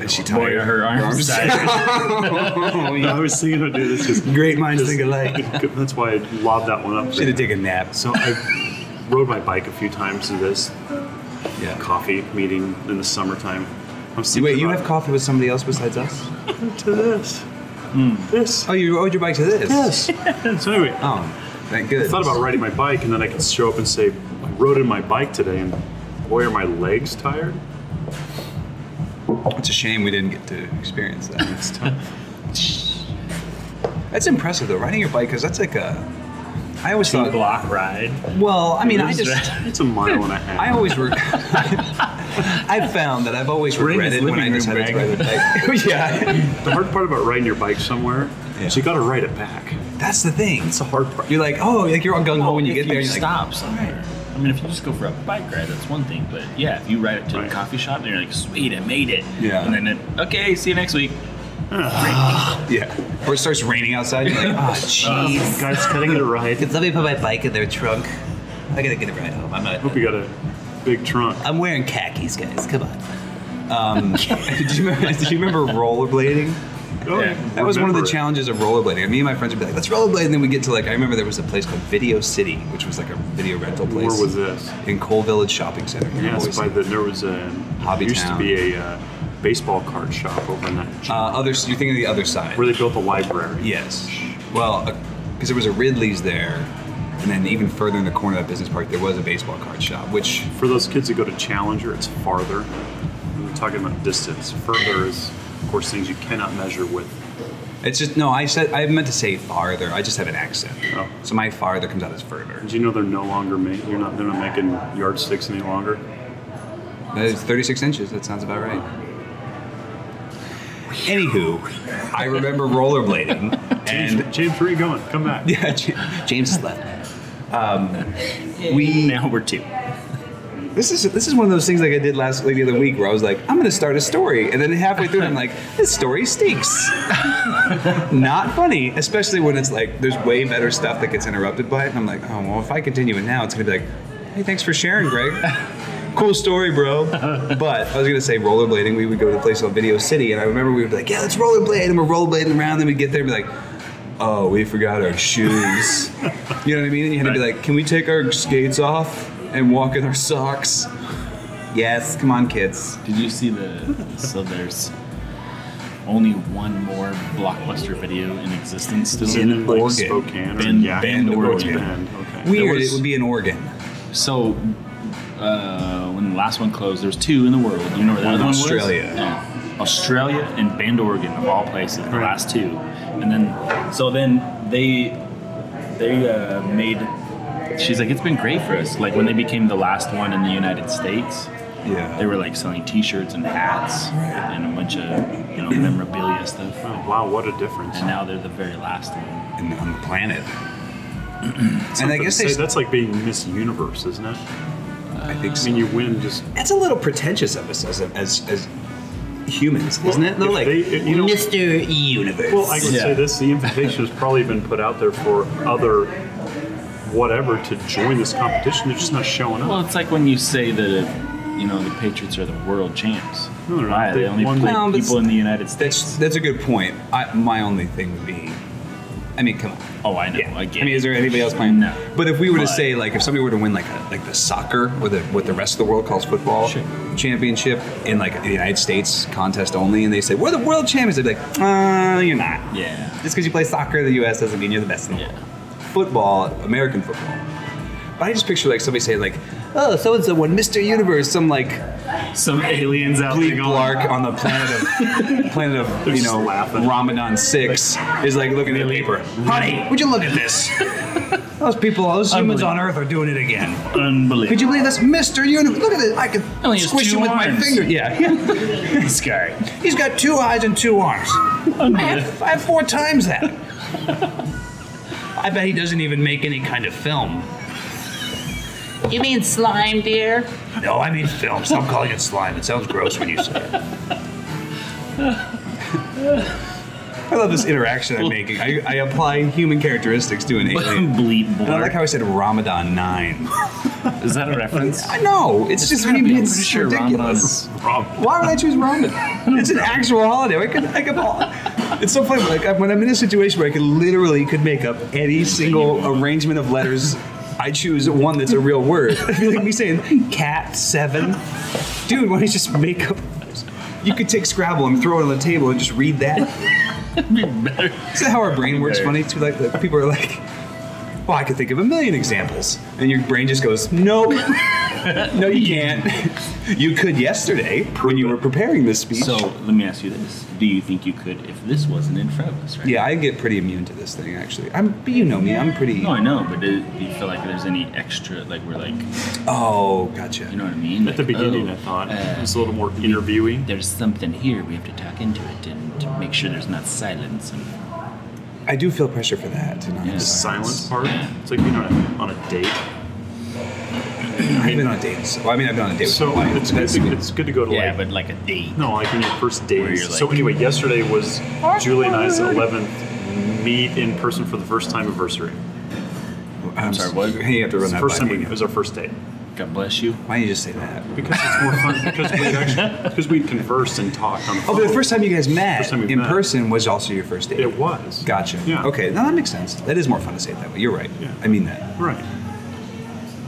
And she
Boy,
tired.
her arms tired.
Oh,
I
yeah.
was thinking I'd do this because
Great minds think alike.
that's why I lobbed that one up.
Should have taken a nap.
So I rode my bike a few times to this
Yeah.
coffee meeting in the summertime. I'm
Wait, you have
about-
coffee with somebody else besides us?
to this. This.
Oh, you rode your bike to this?
Yes. so anyway, I
Oh, that good.
thought about riding my bike, and then I could show up and say, I rode in my bike today, and boy, are my legs tired.
It's a shame we didn't get to experience that.
It's tough.
That's impressive though. Riding your bike, because that's like a. I always
Two
thought.
block ride.
Well, I mean, I
It was-
just.
it's a mile and a half.
I always re- I've found that I've always
We're in his
regretted when I
living room,
decided to
Greg.
ride a bike. yeah,
the hard part about riding your bike somewhere
Yeah.
is you got to ride it back.
that's the thing.
It's the hard part.
You're like, oh, like you're on gung ho when you
If
get there.
you
You're like,
stop somewhere. I mean, if you just go for a bike ride, that's one thing. But yeah, if you ride it to
Right.
a coffee shop and you're like, sweet, I made it.
Yeah.
And then, it, okay, see you next week.
yeah. Or it starts raining outside. You're like, oh, jeez.
Guys, can I get a ride?
Let me put my bike in their trunk. I gotta get it right home. I'm not.
Hope you got a big trunk.
I'm wearing khakis, guys. Come on.
do, you remember, do you remember rollerblading?
Oh,
Yeah.
That was one of the
remember it.
challenges of rollerblading. Me and my friends would be like, let's rollerblade. And then we get to like, I remember there was a place called Video City, which was like a video rental place.
Where was this?
In Coal Village Shopping Center. here in
Yes,
Boise.
by the there was a
Hobby
there used
Town.
to be a uh, baseball card shop over in that
Uh, other, you're thinking of the other side.
where they built a library.
Yes. Well, because there was a Ridley's there, and then even further in the corner of that business park, there was a baseball card shop, which
For those kids that go to Challenger, it's farther. We're talking about distance. Further is, of course, things you cannot measure with.
it's just no. I said I meant to say farther. I just have an accent,
Oh.
so my farther comes out as further.
Did you know they're no longer making? You're not. They're not making yardsticks any longer.
That is 36 inches. That sounds about right. Anywho, I remember rollerblading,
James,
and
James, where are you going? Come back.
yeah, J- um,
James is left.
We now we're two.
this is this is one of those things like I did last like the other week where I was like, I'm gonna start a story, and then halfway through I'm like, this story stinks. Not funny, especially when it's like there's way better stuff that gets interrupted by it. And I'm like, oh well, if I continue it now, it's gonna be like, hey, thanks for sharing, Greg. cool story, bro. But I was gonna say rollerblading. We would go to a place called Video City, and I remember we would be like, yeah, let's rollerblade, and we're rollerblading around. Then we would get there and be like. Oh, we forgot our shoes. you know what I mean? And you had to be
Right.
like, can we take our skates off and walk in our socks? Yes, come on, kids.
Did you see the? so there's only one more blockbuster video in existence
Is
still.
it in like
Oregon.
Spokane or
Bend-
Yak-
Bend,
Oh, it's
Oregon.
Bend, Okay.
Weird,
was-
it would be in Oregon.
So uh, when the last one closed, there was two in the world. You know where
One
that
in
other one was?
Australia.
Yeah. Australia and Bend, Oregon, of all places, the
Right.
last two. And then, so then they they uh, made. She's like, it's been great for us. Like when they became the last one in the United States,
Yeah.
they were like selling T-shirts and hats and a bunch of you know memorabilia stuff.
Oh, wow, what a difference.
And now they're the very last one.
in, on the planet. and I
But
guess
say,
they,
that's like being Miss Universe, isn't it?
I think
I
so.
mean, you win just
that's a little pretentious of us as as, as humans, isn't it? Though,
if
like,
they- if you know,
Mr. Universe.
well, I can
Yeah.
say this: the invitation has probably been put out there for other whatever to join this competition. They're just not showing up.
Well, it's like when you say that uh, you know the Patriots are the world champs.
No, they're not.
Why? They,
They
only
won-
play
No, but
people in the United States.
that's that's a good point. I, my only thing would be, I mean, come on.
Oh, I know.
Yeah.
I, get
mean,
it.
is there anybody else playing?
No.
But if we were to
But-
say, like, if somebody were to win, like, a, like the soccer or the what the rest of the world calls football
Sure.
championship in like the United States contest only, and they say we're the world champions, they'd be like, uh, you're not.
Yeah.
Just because you play soccer in the U.S. doesn't mean you're the best in the world.
Yeah.
football, American football. But I just picture like somebody saying like, "Oh, so and so won Mr. Universe," some like
Some aliens out
bleep blark on the planet of planet of you
just
know
laughing.
Ramadan six is like looking at the paper. Honey, would you look at this? Those people, those humans on Earth are doing it again. Could
Unbelievable.
you believe this, Mr. Universe? Look at this. I could
Only has
squish
two
him with my
arms.
finger. Yeah,
this guy.
he's got two eyes and two arms. I
Unbelievable.
have, I have four times that.
I bet he doesn't even make any kind of film.
You mean slime, dear?
No, I mean film. Stop calling it slime. It sounds gross when you say it.
I love this interaction I'm making. I, I apply human characteristics to an alien.
Bleep
And I like
blark.
how I said Ramadan nine.
Is that a reference?
I know it's, just
I'm pretty
it's
sure Ramadan
ridiculous.
is
Why would I choose Ramadan? It's an actual holiday. I could, I could. It's so funny. Like when I'm in a situation where I could literally could make up any single arrangement of letters, I choose one that's a real word. It'd be like me saying cat seven. Dude, why don't you just make up? You could take Scrabble and throw it on the table and just read that.
better.
Is that how our brain works?
Okay.
Funny too. Like, like people are like, "Well, I could think of a million examples," and your brain just goes, "Nope, no, you can't. you could yesterday when you were preparing this speech."
So let me ask you this: Do you think you could, if this wasn't in front of us, right?
yeah, I get pretty immune to this thing actually. I'm, but you know me, I'm pretty.
No, I know, but do, do you feel like there's any extra, like we're like,
Oh, gotcha.
you know what I mean?
At the
Like,
beginning,
oh,
I thought
uh,
it was a little more interviewing.
there's something here. We have to talk into it and to make sure there's not silence. And
I do feel pressure for that. To not
Yeah.
have
The silence part.
Yeah.
It's like being on a, on a date.
I've been on dates. Well, I mean, I've been on a date.
So
with my wife.
it's good,
That's-
to, it's good to go to
yeah,
like
but like a date.
No, like on your first
Where
date.
you're like-
so anyway, yesterday was Julie and I's 11th meet in person for the first time anniversary.
I'm
sorry, what?
Hey, you have to
It
run
was
that
the first
by
time
me.
we, it was our first date
God bless you.
Why don't you just say that?
because it's more fun because we actually because we conversed and talked on the
Oh,
phone.
but the first time you guys met
First time we
in
met.
person was also your first date.
it was.
Gotcha.
Yeah.
Okay. Now that makes sense. That is more fun to say it that way. You're right.
Yeah.
I mean that.
Right.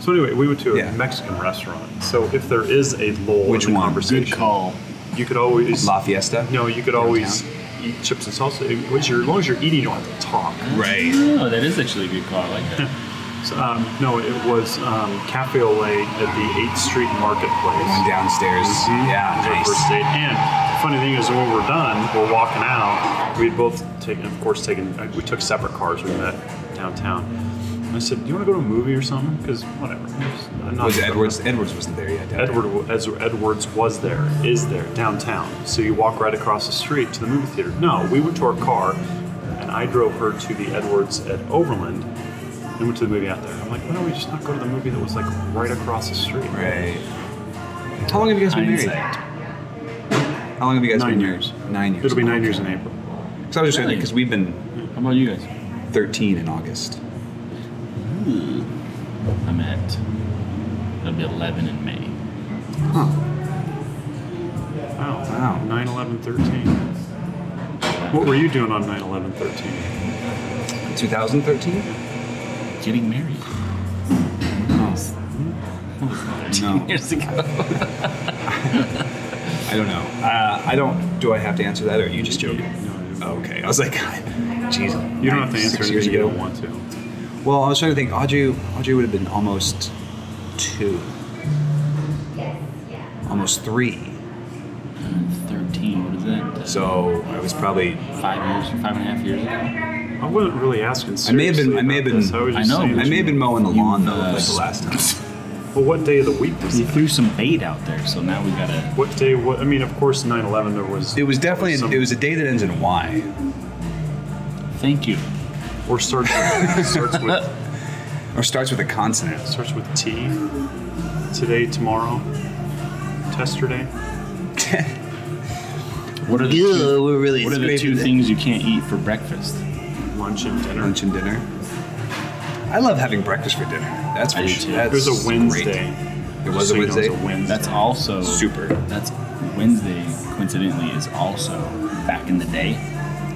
So anyway, we went to a
Yeah.
Mexican restaurant. So if there is a lull
Which
in the
one?
conversation,
Good call.
you could always
La Fiesta.
no, you could always eat chips and salsa. It was your- as long as you're eating, you don't have to talk.
Right.
No, Oh, that is actually a good call. I like that.
So, um, no, it was um, Cafe Olay at the 8th Street Marketplace.
One downstairs. Yeah.
It was Mm-hmm. our
Nice.
first date. And the funny thing is, when we were done, we're walking out. We'd both taken, of course, taken. uh, We took separate cars. We met downtown. And I said, "Do you want to go to a movie or something?" Because whatever. I'm not-
Was Edwards? Edwards wasn't there yet.
Edward
Edwards.
w- Ez- Edwards was there, is there downtown. So you walk right across the street to the movie theater. No, we went to our car, and I drove her to the Edwards at Overland, and went to the movie out there. I'm like, why don't we just not go to the movie that was like right across the street?
Right. How long have you guys been married?
Hindsight.
How long have you guys
Nine
been
years.
married? Nine years.
It'll be nine years in April.
So I was just saying
Really?
because we've been
How about you guys?
13 in August.
I'm at. It'll be 11 in May.
Wow.
Wow.
9 11 13. What were you doing on 9 11 13?
2013?
Getting married.
No.
Years ago.
I don't know. Uh, I don't. Do I have to answer that, or are you just joking? Oh, okay. I was like, Jesus.
You don't have to answer
Six
anything
years
if you
ago.
don't want to.
Well, I was trying to think. Audrey, Audrey would have been almost two, almost three.
13. What is that?
So I was probably.
Five years, five and a half years ago.
I wasn't really asking
I may have been-
seriously
I may have
about
been-
this. I, was just
I know.
saying
I
that
may
you-
have been mowing the lawn though,
You, uh,
like the last time.
Well, what day of the week was
He
it?
threw some bait out there, so now we gotta.
What day? What, I mean, of course, 9 11 there was.
It was definitely.
some-
It was a day that ends in Y.
Thank you.
Or starts with, starts with
Or starts with a consonant.
starts with T. Today, tomorrow, testerday.
What are the
Ew,
two,
we're really
what are the two
scraping
things you can't eat for breakfast?
lunch and dinner.
Lunch and dinner. I love having breakfast for dinner. That's
I
for
do
sure.
too.
That's
It was a
great.
Wednesday.
It
Just
was
so
a
you know,
Wednesday.
it was a Wednesday.
That's also
Super.
That's Wednesday. Coincidentally, is also back in the day.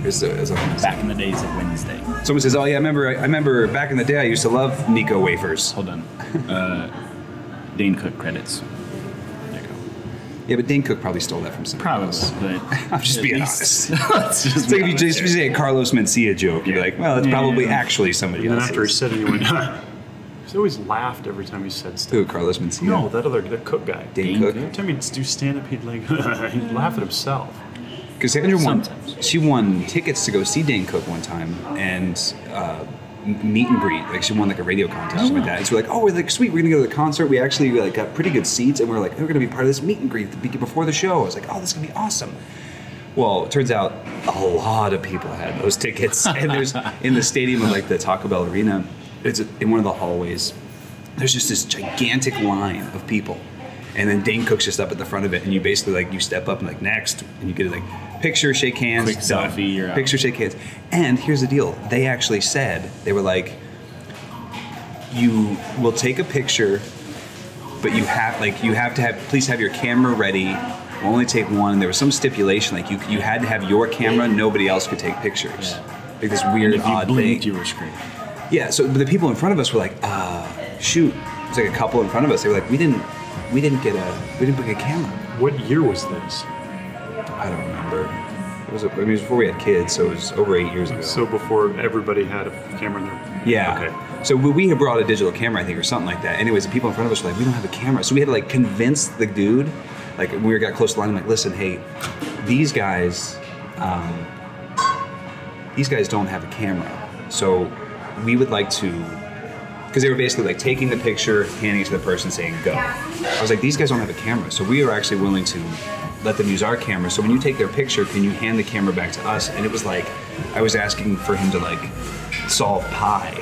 It's a- it's a-
Back in the day is a Wednesday.
Someone says, "Oh yeah, I remember. I remember back in the day. I used to love Nico wafers."
Hold on. Uh, Dane Cook credits. There you go.
Yeah, but Dane Cook probably stole that from someone.
Probably,
else.
but
I'm just
at
being
least-
honest.
Let's just
It's like
be
if you
honest
just if you
here.
say a Carlos Mencia joke, you're like, well, it's
Yeah,
probably
yeah, yeah.
actually somebody
And then
else's.
after he said it, he went, he always laughed every time he said stuff.
Who, Carlos Mencia?
No, that other the cook guy.
Dane
Dane
Cook.
Every time he'd do stand up, he'd like he'd laugh at himself.
Cassandra won.
Sometimes.
She won tickets to go see Dane Cook one time and uh, m- meet and greet. Like she won like a radio contest or something like that. And so we're like, oh, we're like sweet. We're gonna go to the concert. We actually like got pretty good seats, and we're like, we're gonna be part of this meet and greet the be- before the show. I was like, oh, this is gonna be awesome. Well, it turns out a lot of people had those tickets, and there's in the stadium of like the Taco Bell Arena. It's in one of the hallways. There's just this gigantic line of people, and then Dane Cook's just up at the front of it, and you basically like you step up and like next, and you get like picture, shake hands,
Quick
done.
selfie, you're out.
picture, shake hands. And here's the deal: they actually said they were like, you will take a picture but you have like you have to have please have your camera ready We'll only take one and there was some stipulation like you you had to have your camera nobody else could take pictures
Yeah.
like this weird
If you
odd
blinked,
thing
you were screwed.
yeah so the people in front of us were like uh shoot it's like a couple in front of us they were like we didn't we didn't get a we didn't book a camera
What year was this?
i don't remember It was, I mean, it was before we had kids, so it was over eight years ago.
So before everybody had a camera in their
yeah. So we, we had brought a digital camera, I think, or something like that. Anyways, the people in front of us were like, "We don't have a camera," so we had to like convince the dude. Like we were got close to the line. I'm like, "Listen, hey, these guys, um, these guys don't have a camera, so we would like to." Because they were basically like taking the picture, handing it to the person, saying "go." I was like, "These guys don't have a camera, so we are actually willing to let them use our camera. So when you take their picture, can you hand the camera back to us?" And it was like, I was asking for him to like solve pi.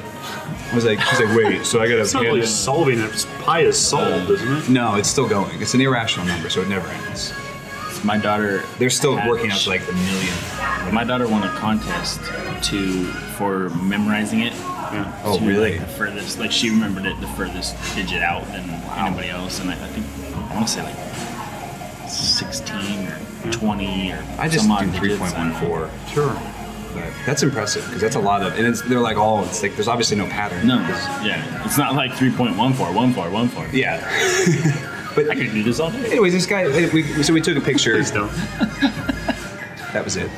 I was like, he's like, wait, so I gotta.
It's not really solving it. It's- Pi is solved, isn't it?
No, it's still going. It's an irrational number, so it never ends.
My daughter.
They're still
had-
working out to like the millionth.
My daughter won a contest to for memorizing it.
Yeah.
Oh,
She was,
really?
Like the furthest, like she remembered it the furthest digit out than anybody else, and I, I think I want to say like sixteen or twenty or
I just
some odd
do
digits, I don't know.
3.14.
Sure.
But that's impressive because that's a lot of, and it's, they're like all. It's like there's obviously no pattern.
No,
'cause-
it's- yeah, it's not like three point one four, one four, one four.
Yeah.
I
but
could do this all day.
anyways, this guy. We, so we took a picture.
Please don't.
that was it.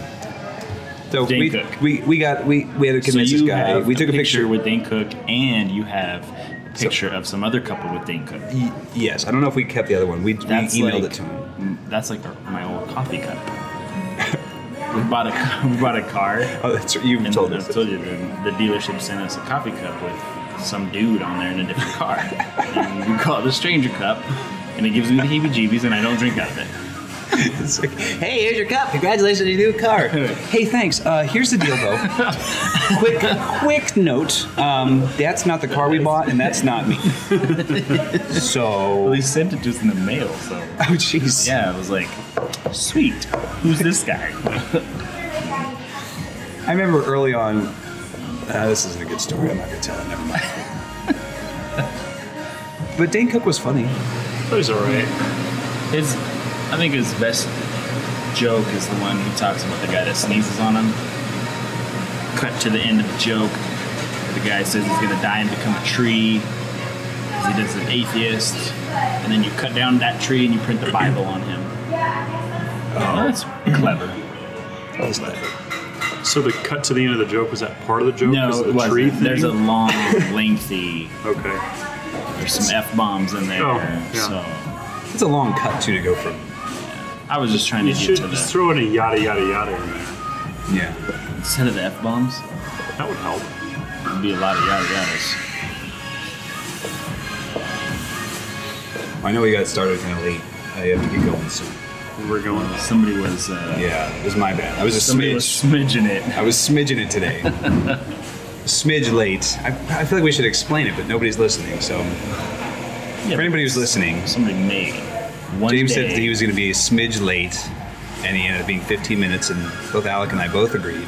So
Dane
we,
Cook.
we we got we we had to
So
convince
you
this guy.
have
We took a
picture
picture.
with Dane Cook, and you have a picture of some other couple with Dane Cook.
Y- yes, I don't know if we kept the other one. We, we emailed
like,
it to him.
m- Mm, That's like my old coffee cup. we bought a we bought a car.
Oh, that's right. You
And
told
I
us.
told you the, the dealership sent us a coffee cup with some dude on there in a different car. and we call it the stranger cup, and it gives me the heebie-jeebies, and I don't drink out of it.
It's like,
Hey, here's your cup. Congratulations on your new car.
Hey, thanks. Uh, here's the deal, though. quick, quick note. Um, that's not the car we bought, and that's not me.
Well,
So,
they sent it to us in the mail, so
oh jeez.
yeah, I was like, sweet. Who's this guy?
I remember early on. Uh, this isn't a good story. I'm not gonna tell it. Never mind. but Dane Cook was funny.
That was all right.
His, I think his best joke is the one he talks about the guy that sneezes on him. Cut to the end of the joke. The guy says he's gonna die and become a tree. 'cause He does an atheist, and then you cut down that tree and you print the Bible on him. Oh, that's clever.
So the cut to the end of the joke was that part of the joke?
No,
was
it
the tree
wasn't.
thing?
There's a long, lengthy.
okay.
There's some f bombs in there,
Oh, yeah.
so
It's a long cut too to go from.
I was just trying to
You
get
should
to the
just throw in a yada yada yada in there.
Yeah.
instead of the f bombs.
That would help.
It'd be a lot of yada yadas.
I know we got started kind of late. I have to get going soon.
We're going.
Somebody was. Uh,
Yeah, it was my bad. I was a
Somebody
smidge.
was smidging it.
I was smidging it today. Smidge late. I, I feel like we should explain it, but nobody's listening. So for anybody who's listening,
somebody made one
James
day,
said that he was going to be a smidge late, and he ended up being 15 minutes. And both Alec and I both agreed.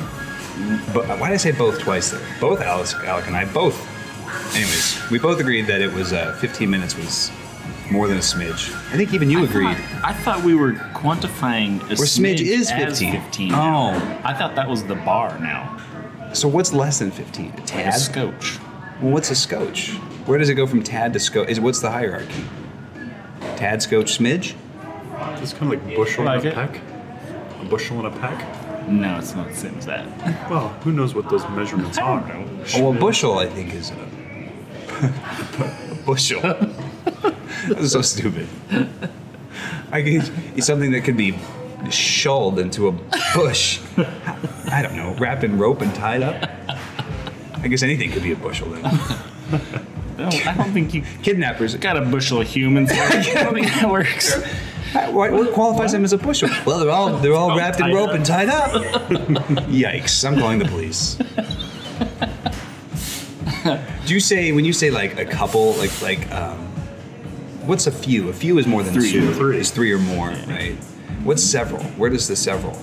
But why did I say both twice there? Both Alec, Alec and I both. Anyways, we both agreed that it was uh, 15 minutes was more than a smidge. I think even you agreed.
I thought we were quantifying a
Or smidge is
as
15.
15
Oh.
now. I thought that was the bar now.
So what's less than 15? A
Like
tad.
a scotch.
Well, what's a scotch? Where does it go from tad to scotch? Is what's the hierarchy? Tad, scotch, smidge?
It's kind of like bushel
Like
and a
it.
peck. A bushel and a peck.
No, it's not the same as that.
Well, who knows what those measurements are?
Oh, well, bushel, I think, is a, a bushel. That's so stupid. I guess it's something that could be shulled into a bush. I don't know, wrapped in rope and tied up. I guess anything could be a bushel then.
No, I don't think you
Kidnappers.
got a bushel of humans. I don't think that works.
What, what qualifies them as a bushel? Well, they're all they're all wrapped in
tied
rope
up.
and tied up. Yikes! I'm calling the police. Do you say when you say like a couple, like like um, what's a few? A few is more than
Three.
two.
Three.
is three or more, right? What's several? Where does the several?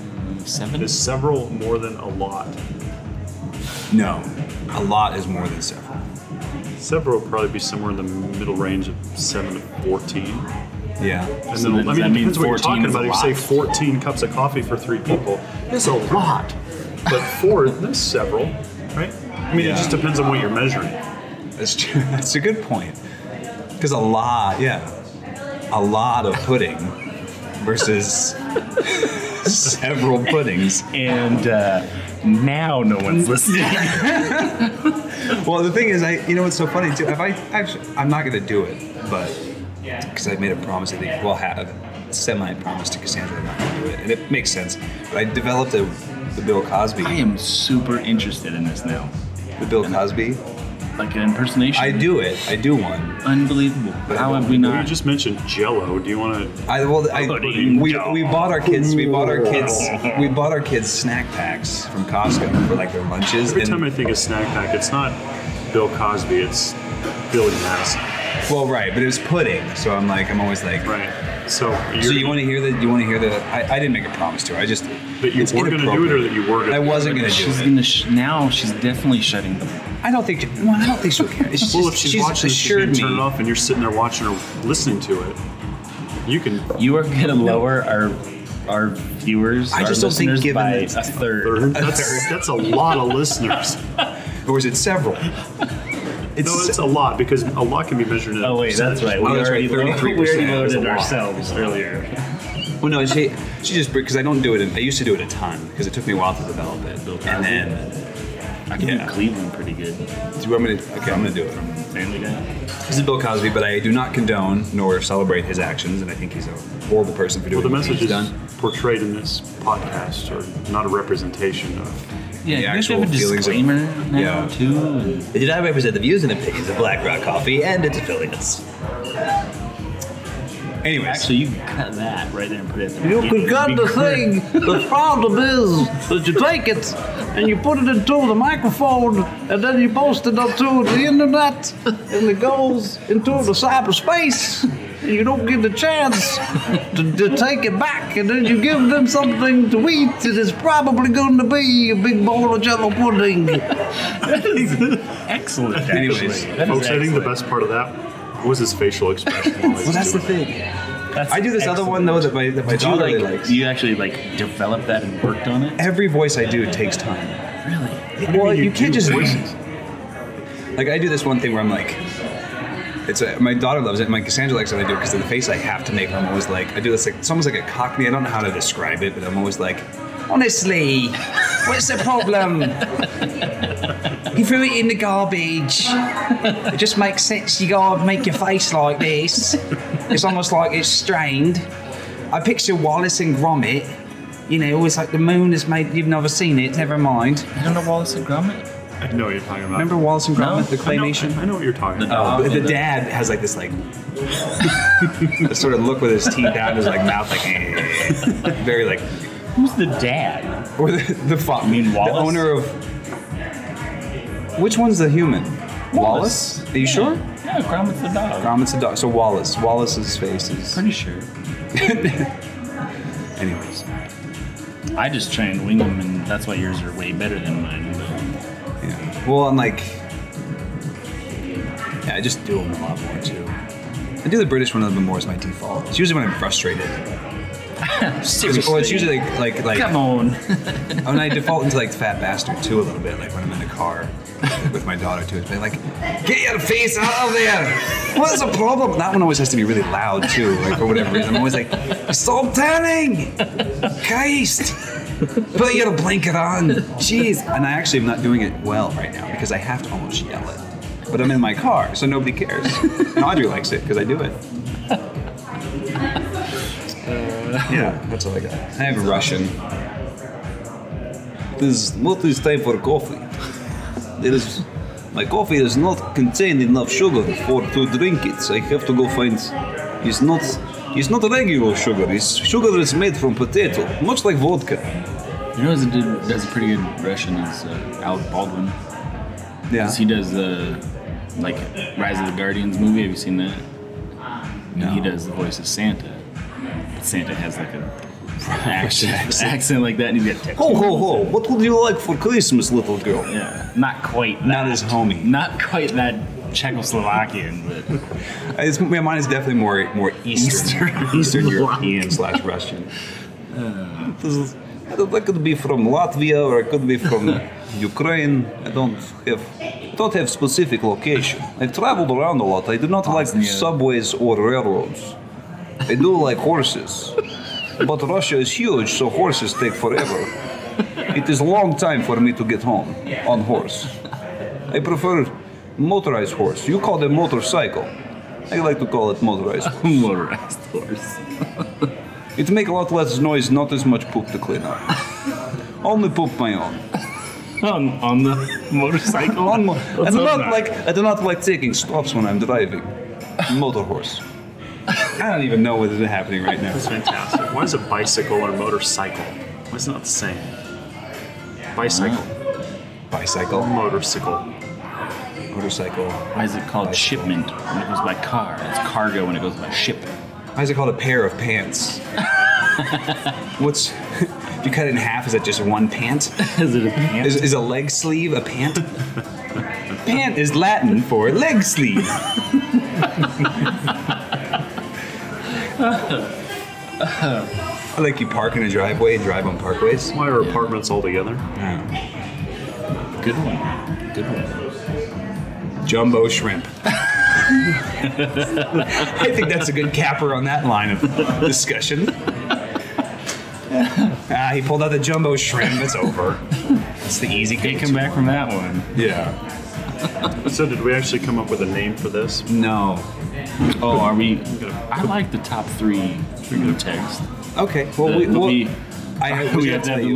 Seven?
There's several more than a lot.
No, a lot is more than several.
Several would probably be somewhere in the middle range of seven to fourteen.
Yeah.
And
So
then,
then
I mean,
does that
it
mean
depends what you're
14
talking
is a
about. If you say
lot?
14 cups of coffee for three people, that's a lot. But four, that's several, right? I mean,
Yeah.
it just depends on what you're measuring.
That's true. That's a good point. Because a lot, yeah, a lot of pudding versus several puddings.
and uh, now no one's listening.
Well, the thing is, I you know what's so funny too. If I actually, I'm not gonna do it, but because I've made a promise, I think well have semi promise to Cassandra I'm not gonna do it, and it makes sense. But I developed a the Bill Cosby,
I am super interested in this now.
the Bill Cosby.
Like an impersonation.
I do it. I do one.
Unbelievable. How have we
You
not?
just mentioned Jello. Do you want to?
I well, I,
Oh,
Pudding
we,
dough.
we bought our kids we bought our kids we bought our kids snack packs from Costco for like their lunches.
Every
and-
time I think of snack pack, it's not Bill Cosby. It's Billy Madison.
well, right, but it was pudding, so I'm like I'm always like.
Right. So,
So
you're-
you want to hear that? You want to hear that? I, I didn't make a promise to her. I just.
That you
it's
were gonna do it or that you were gonna
I
do it?
wasn't gonna do
She's
it.
gonna sh- now. She's definitely shutting them.
I don't think. Well, I don't think she'll care. It's
well,
just-
if she's,
she's
watching, this, she's
assured
gonna turn it
me.
off, and you're sitting there watching her, listening to it. You can
You are gonna lower our our viewers.
I
our
just don't think
listeners,
given
by a
that-
third.
Third. That's, that's a lot of listeners.
Or is it several? It's,
No, it's a lot because a lot can be measured in.
Oh wait, that's right. We
Oh, that's
already
right,
voted- we
33%.
already
That's a
voted
lot.
ourselves earlier.
well, no, she she just because I don't do it. In, I used to do it a ton because it took me a while to develop it. And then
I can
Yeah.
do Cleveland pretty good.
do I'm gonna okay, I'm gonna do it.
Family Guy.
This is Bill Cosby, but I do not condone nor celebrate his actions, and I think he's a horrible person for doing
Well, the
what
message
he's
is
done.
portrayed in this podcast are not a representation of.
Yeah,
The
you have to have
actual
a
feelings of-
disclaimer now
Yeah.
too. and-
They do not represent the views and opinions of Black Rock Coffee and its affiliates.
Anyways,
Actually, you can cut that right there and put it. At the
You
beginning.
could cut
It'd be
the
great.
thing. The problem is that you take it and you put it into the microphone and then you post it onto the internet and it goes into the cyberspace. And you don't get the chance to, to take it back and then you give them something to eat. It is probably going to be a big bowl of jello pudding.
Excellent.
Anyways,
Actually, That is
Folks, I think the
excellent.
best part of that was his facial expression. While
well, that's the thing.
That's
I do this other one though that my that my
Did you
daughter really
like?
likes.
You actually like developed that and worked on it.
Every voice I do takes time.
Really?
Well, you, can't just like I do this one thing where I'm like, it's a, my daughter loves it. My Cassandra likes it. when I do it because of the face I have to make. I'm always like, I do this like it's almost like a cockney. I don't know how to describe it, but I'm always like, honestly, what's the problem? You threw it in the garbage. It just makes sense. You gotta make your face like this. It's almost like it's strained. I picture Wallace and Gromit. You know, it's like the moon has made. You've never seen it. Never mind.
You don't know Wallace and Gromit?
I know what you're talking about.
Remember Wallace and Gromit, the
I know,
claymation?
I know what you're talking about.
Um,
Uh, the dad has like this like sort of look with his teeth out and his like mouth like eh. very like
Who's the dad?
or the the, fa-
You mean
the
Wallace?
owner of which one's the human Wallace, are you
Yeah.
sure
Yeah, Gromit's the dog.
Gromit's a dog so Wallace Wallace's face is
Pretty sure.
anyways
I just try and wing them, and that's why yours are way better than mine. but-
yeah well I'm like yeah I just do them a lot more too I do the British one a little bit more as my default it's usually when I'm frustrated
Seriously.
well it's usually like like, like
Come on.
Oh, and I default into like fat bastard too a little bit, like when I'm in the car with my daughter too. It's been like, get your face out of there. What's the problem? That one always has to be really loud too, like for whatever reason. I'm always like, stop tanning, Christ. Put your blanket on, jeez. And I actually am not doing it well right now because I have to almost yell it. But I'm in my car, so nobody cares. And Audrey likes it because I do it. yeah, that's all I got. I have a Russian.
It is not this time for coffee. There is my coffee does not contain enough sugar for to drink it. I have to go find. It's not. It's not regular sugar. It's sugar that's made from potato, much like vodka.
You know, who's a dude who does a pretty good Russian is uh, Alec Baldwin.
Yeah.
'Cause He does the like Rise of the Guardians movie. Have you seen that? No. He does the voice of Santa. But Santa has like a accent, accent like that, and he's got tattoos.
Ho ho ho! What would you like for Christmas, little girl?
Yeah, not quite. That.
Not as homey.
Not quite that Czechoslovakian, but
It's, yeah, mine is definitely more more Eastern Eastern, European slash Russian.
It is- I don't- I could be from Latvia or I could be from Ukraine. I don't have don't have specific location. I've traveled around a lot.
Ah,
I do not like subways or railroads. I do like horses.
But Russia is huge, so horses take forever. It is a long time for me to get home on horse. I prefer motorized horse. You call them motorcycle. I like to call it motorized.
Motorized horse.
It make a lot less noise, not as much poop to clean up. Only poop my own.
On, on the motorcycle?
One more. I
Let's
do
hope
not like I do not like taking stops when I'm driving. Motor horse. I don't even know what is happening right now.
That's fantastic. Why is a bicycle or motorcycle? Why is it not the same? Bicycle,
Bicycle,
motorcycle.
motorcycle.
Why is it called shipment when it goes by car? It's cargo when it goes by ship.
Why is it called a pair of pants? What's if you cut it in half? Is that just one pant?
Is it a pant?
Is, is a leg sleeve a pant? pant is Latin for leg sleeve. I like you park in a driveway and drive on parkways.
Why are apartments all together?
Good one. Good one.
Jumbo shrimp. I think that's a good capper on that line of discussion. ah, he pulled out the jumbo shrimp. It's over. It's the easy
Can't
go-to.
come back from that one.
Yeah.
So did we actually come up with a name for this?
No.
Oh, are we? I like the top three for your text.
Okay. Well, we,
But- but
we'll,
we-
I, I was
we
gonna
have to
tell
have the
you.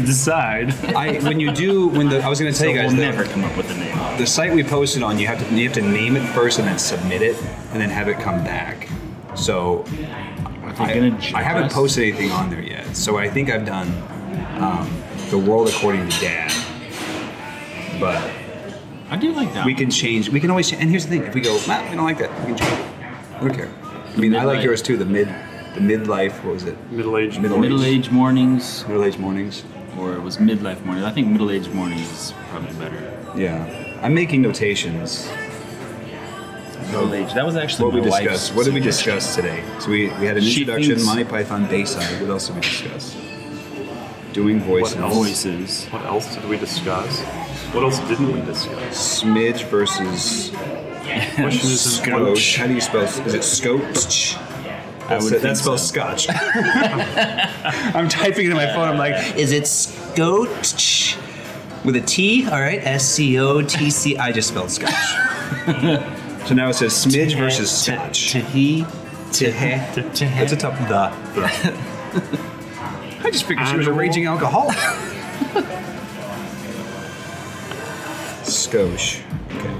decide.
I when you do when the I was going to tell
So
you guys
we'll
that
never come up with a name.
the site we posted on you have to you have to name it first and then submit it and then have it come back. So I, I haven't posted anything on there yet. So I think I've done um, the world according to dad. But
I do like that.
we can change. We can always. change. And here's the thing: if we go, nah, we don't like that. We can change it. I don't care. I mean, I like
Midlife.
yours too. The mid, the midlife. What was it?
Middle-aged
Middle,
middle
age.
age mornings,
Middle age mornings.
or it was midlife mornings. I think middle age mornings is probably better.
Yeah. I'm making notations.
Middle age. That was actually
What we
my wife's
discussed. What did we
suggestion.
discuss today? So we, we had an
She
introduction,
thinks-
Monty Python Bayside. What else did we discuss? Doing voices.
else?
Voices.
What else did we discuss? What else didn't we discuss?
Smidge versus
Question is, is what-
Scotch. How do you spell? Is it Scotch? That's,
would
it-
think
that spells Scotch. I'm typing it in my phone. I'm like,
Is it Scotch?
with a T. All right, S C O T C. I just spelled Scotch. so now it says Smidge versus Scotch.
Tahi.
Teh.
Teh.
That's a tough the. I just figured she was a
Animal.
raging alcoholic. Skosh. Okay.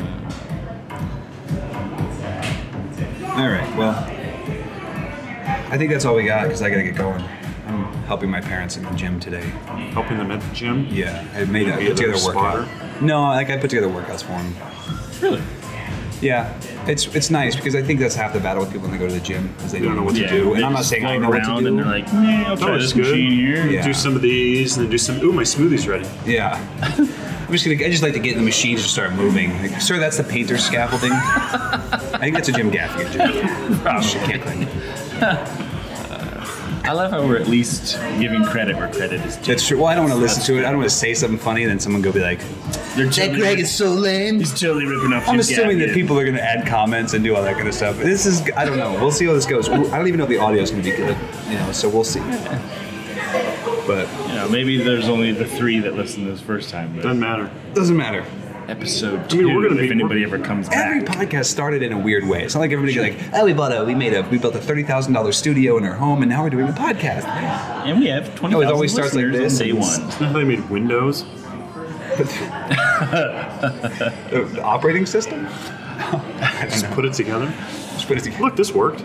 All right. Well, I think that's all we got because I gotta get going. I'm helping my parents in the gym today.
helping them at the gym?
Yeah, I made a
Maybe
put together a
another
workout. No, like I put together workouts for him.
Really?
Yeah, it's it's nice because I think that's half the battle with people when they go to the gym is they don't know what
Yeah,
to do.
they
And I'm not
just
saying I
float
know what to
around
do.
And they're like, "Nah, I'll try
it's
this
good."
machine here.
Yeah.
Oh, Do some of these and then do some. Ooh, my smoothie's ready.
yeah. I'm just gonna. I just like to get in the machines and start moving. Like, Sir, that's the painter scaffolding. I think that's a Jim Gaffigan joke. Shit, can't claim it.
I love how we're at least giving credit where credit is due.
That's true. Well, I don't want to listen to it. I don't want to say something funny, and then someone go be like,
They're
That
totally-
Greg is so lame.
He's totally ripping off.
I'm
Jim
assuming that
Gaffigan.
people are going to add comments and do all that kind of stuff. This is, I don't know. We'll see how this goes. I don't even know if the audio is going to be good, you know, so we'll see. But
You know, maybe there's only the three that listened this first time. But
Doesn't matter.
doesn't matter.
episode
I
two,
mean, we're gonna
if
be-
anybody ever comes
Every
back.
podcast started in a weird way. It's not like everybody like, oh, we bought a, we made a, we built a $30,000 studio in our home and now we're doing a podcast. Uh,
and we have 20,000
No, Oh, it always starts like
listeners
this.
on day one.
Isn't that how they made windows?
The, the operating system?
Just put it together.
Just put it together.
Look, this worked.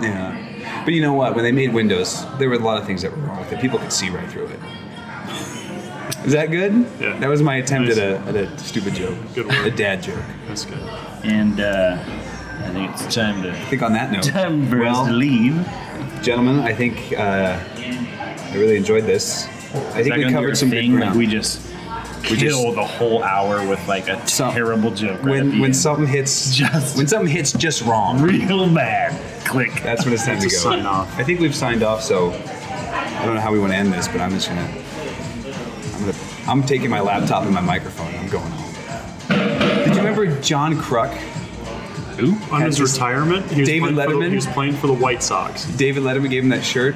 Yeah. But you know what? When they made Windows, there were a lot of things that were wrong with it. People could see right through it. Is that good?
Yeah.
That was my attempt
Nice.
at, a, at a stupid joke.
Good work.
A dad joke.
That's good.
And uh, I think it's time
I
to
think on that note,
time for
well,
us to leave.
gentlemen, I think uh, I really enjoyed this. I
Is
think
that
we
gonna be our
covered some
thing?
big
Like
ground.
we just
We
kill
just-
the whole hour with like a
Some-
terrible joke. Right at
when
the
when
end.
something hits
Just-
when something hits just wrong,
real bad. Click.
that's when it's time to go.
That's a sign off.
I think we've signed off, so I don't know how we want to end this, but I'm just gonna I'm gonna I'm taking my laptop and my microphone. and I'm going home. Did you remember John Cruck?
On his
Had his-
retirement, he was,
David
playing For the,
Letterman?
he was playing for the White Sox.
David Letterman gave him that shirt.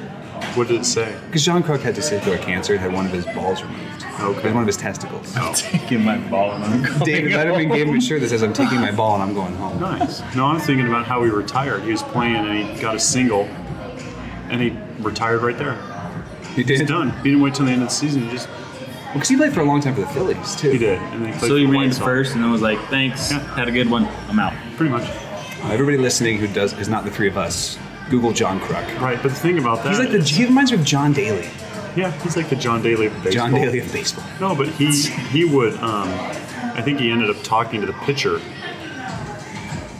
What did it say?
Because John Cook had testicular cancer and had one of his balls removed.
Okay. Oh.
One of his testicles.
Taking my ball and I'm going
David Letterman gave him a shirt that says, I'm taking my ball and I'm going home.
Nice. No, I'm thinking about how he retired. He was playing and he got a single, and he retired right there.
He
He's
did.
done. He didn't wait till the end of the season. He just
Because he played for a long time for the Phillies, too.
he did. And then he played
So he
for the
ran
White Sox.
first and then was like, thanks,
Yeah.
had a good one, I'm out.
pretty much.
Everybody listening who does is not the three of us. Google John Crook.
Right, but the thing about that,
He's like the. He reminds me of John Daly.
yeah, he's like the John Daly of baseball.
John Daly of baseball.
No, but he he would. Um, I think he ended up talking to the pitcher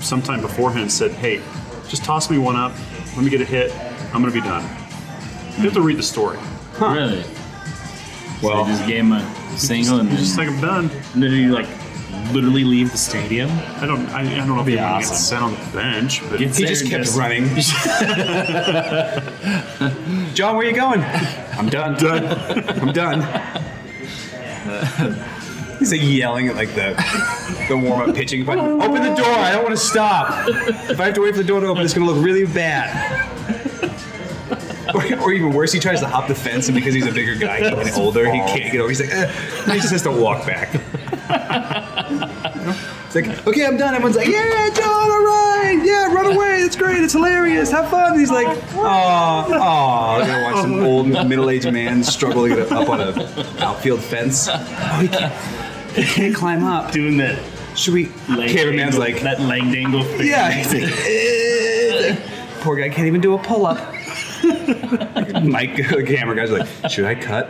sometime beforehand. Said, "Hey, just toss me one up. Let me get a hit. I'm gonna be done." You have to read the story.
Really?
Well-
Well, so they just gave him a single and
He's just
then,
like I'm done.
and then he like literally leave the stadium.
I don't. I, I don't know if
Be
he gets
awesome.
sent on the bench, but
Gets
He
there
just
and
kept running. John, where you going? I'm done. done. I'm done. He's like yelling at like the the warm up pitching button. Open the door. I don't want to stop. If I have to wait for the door to open, it's gonna look really bad. Or, or even worse, he tries to hop the fence, and because he's a bigger guy and older, he can't get over. He's like, eh. he just has to walk back. It's like, okay, I'm done. Everyone's like, yeah, John, all right, yeah, run away. It's great. It's hilarious. Have fun. And he's like, oh, oh, I'm gonna watch some old middle-aged man struggle to get up on a outfield fence. Oh, he can't, he can't climb up.
Doing that
Should we?
leg
Cameraman's
dangle-
like,
that leg dangle thing.
yeah. He's like, eh. poor guy can't even do a pull-up. Mike, the camera guy's like, should I cut?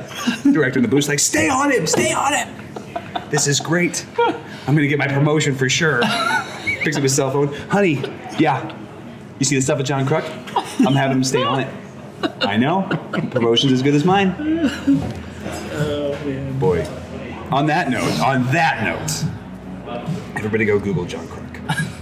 Director in the booth's like, stay on him, stay on him. This is great. I'm gonna get my promotion for sure. Picks up his cell phone. Honey, yeah. You see the stuff with John Crook? I'm having him stay on it. I know. Promotion's as good as mine. Oh, man. Boy. On that note, on that note, everybody go Google John Crook.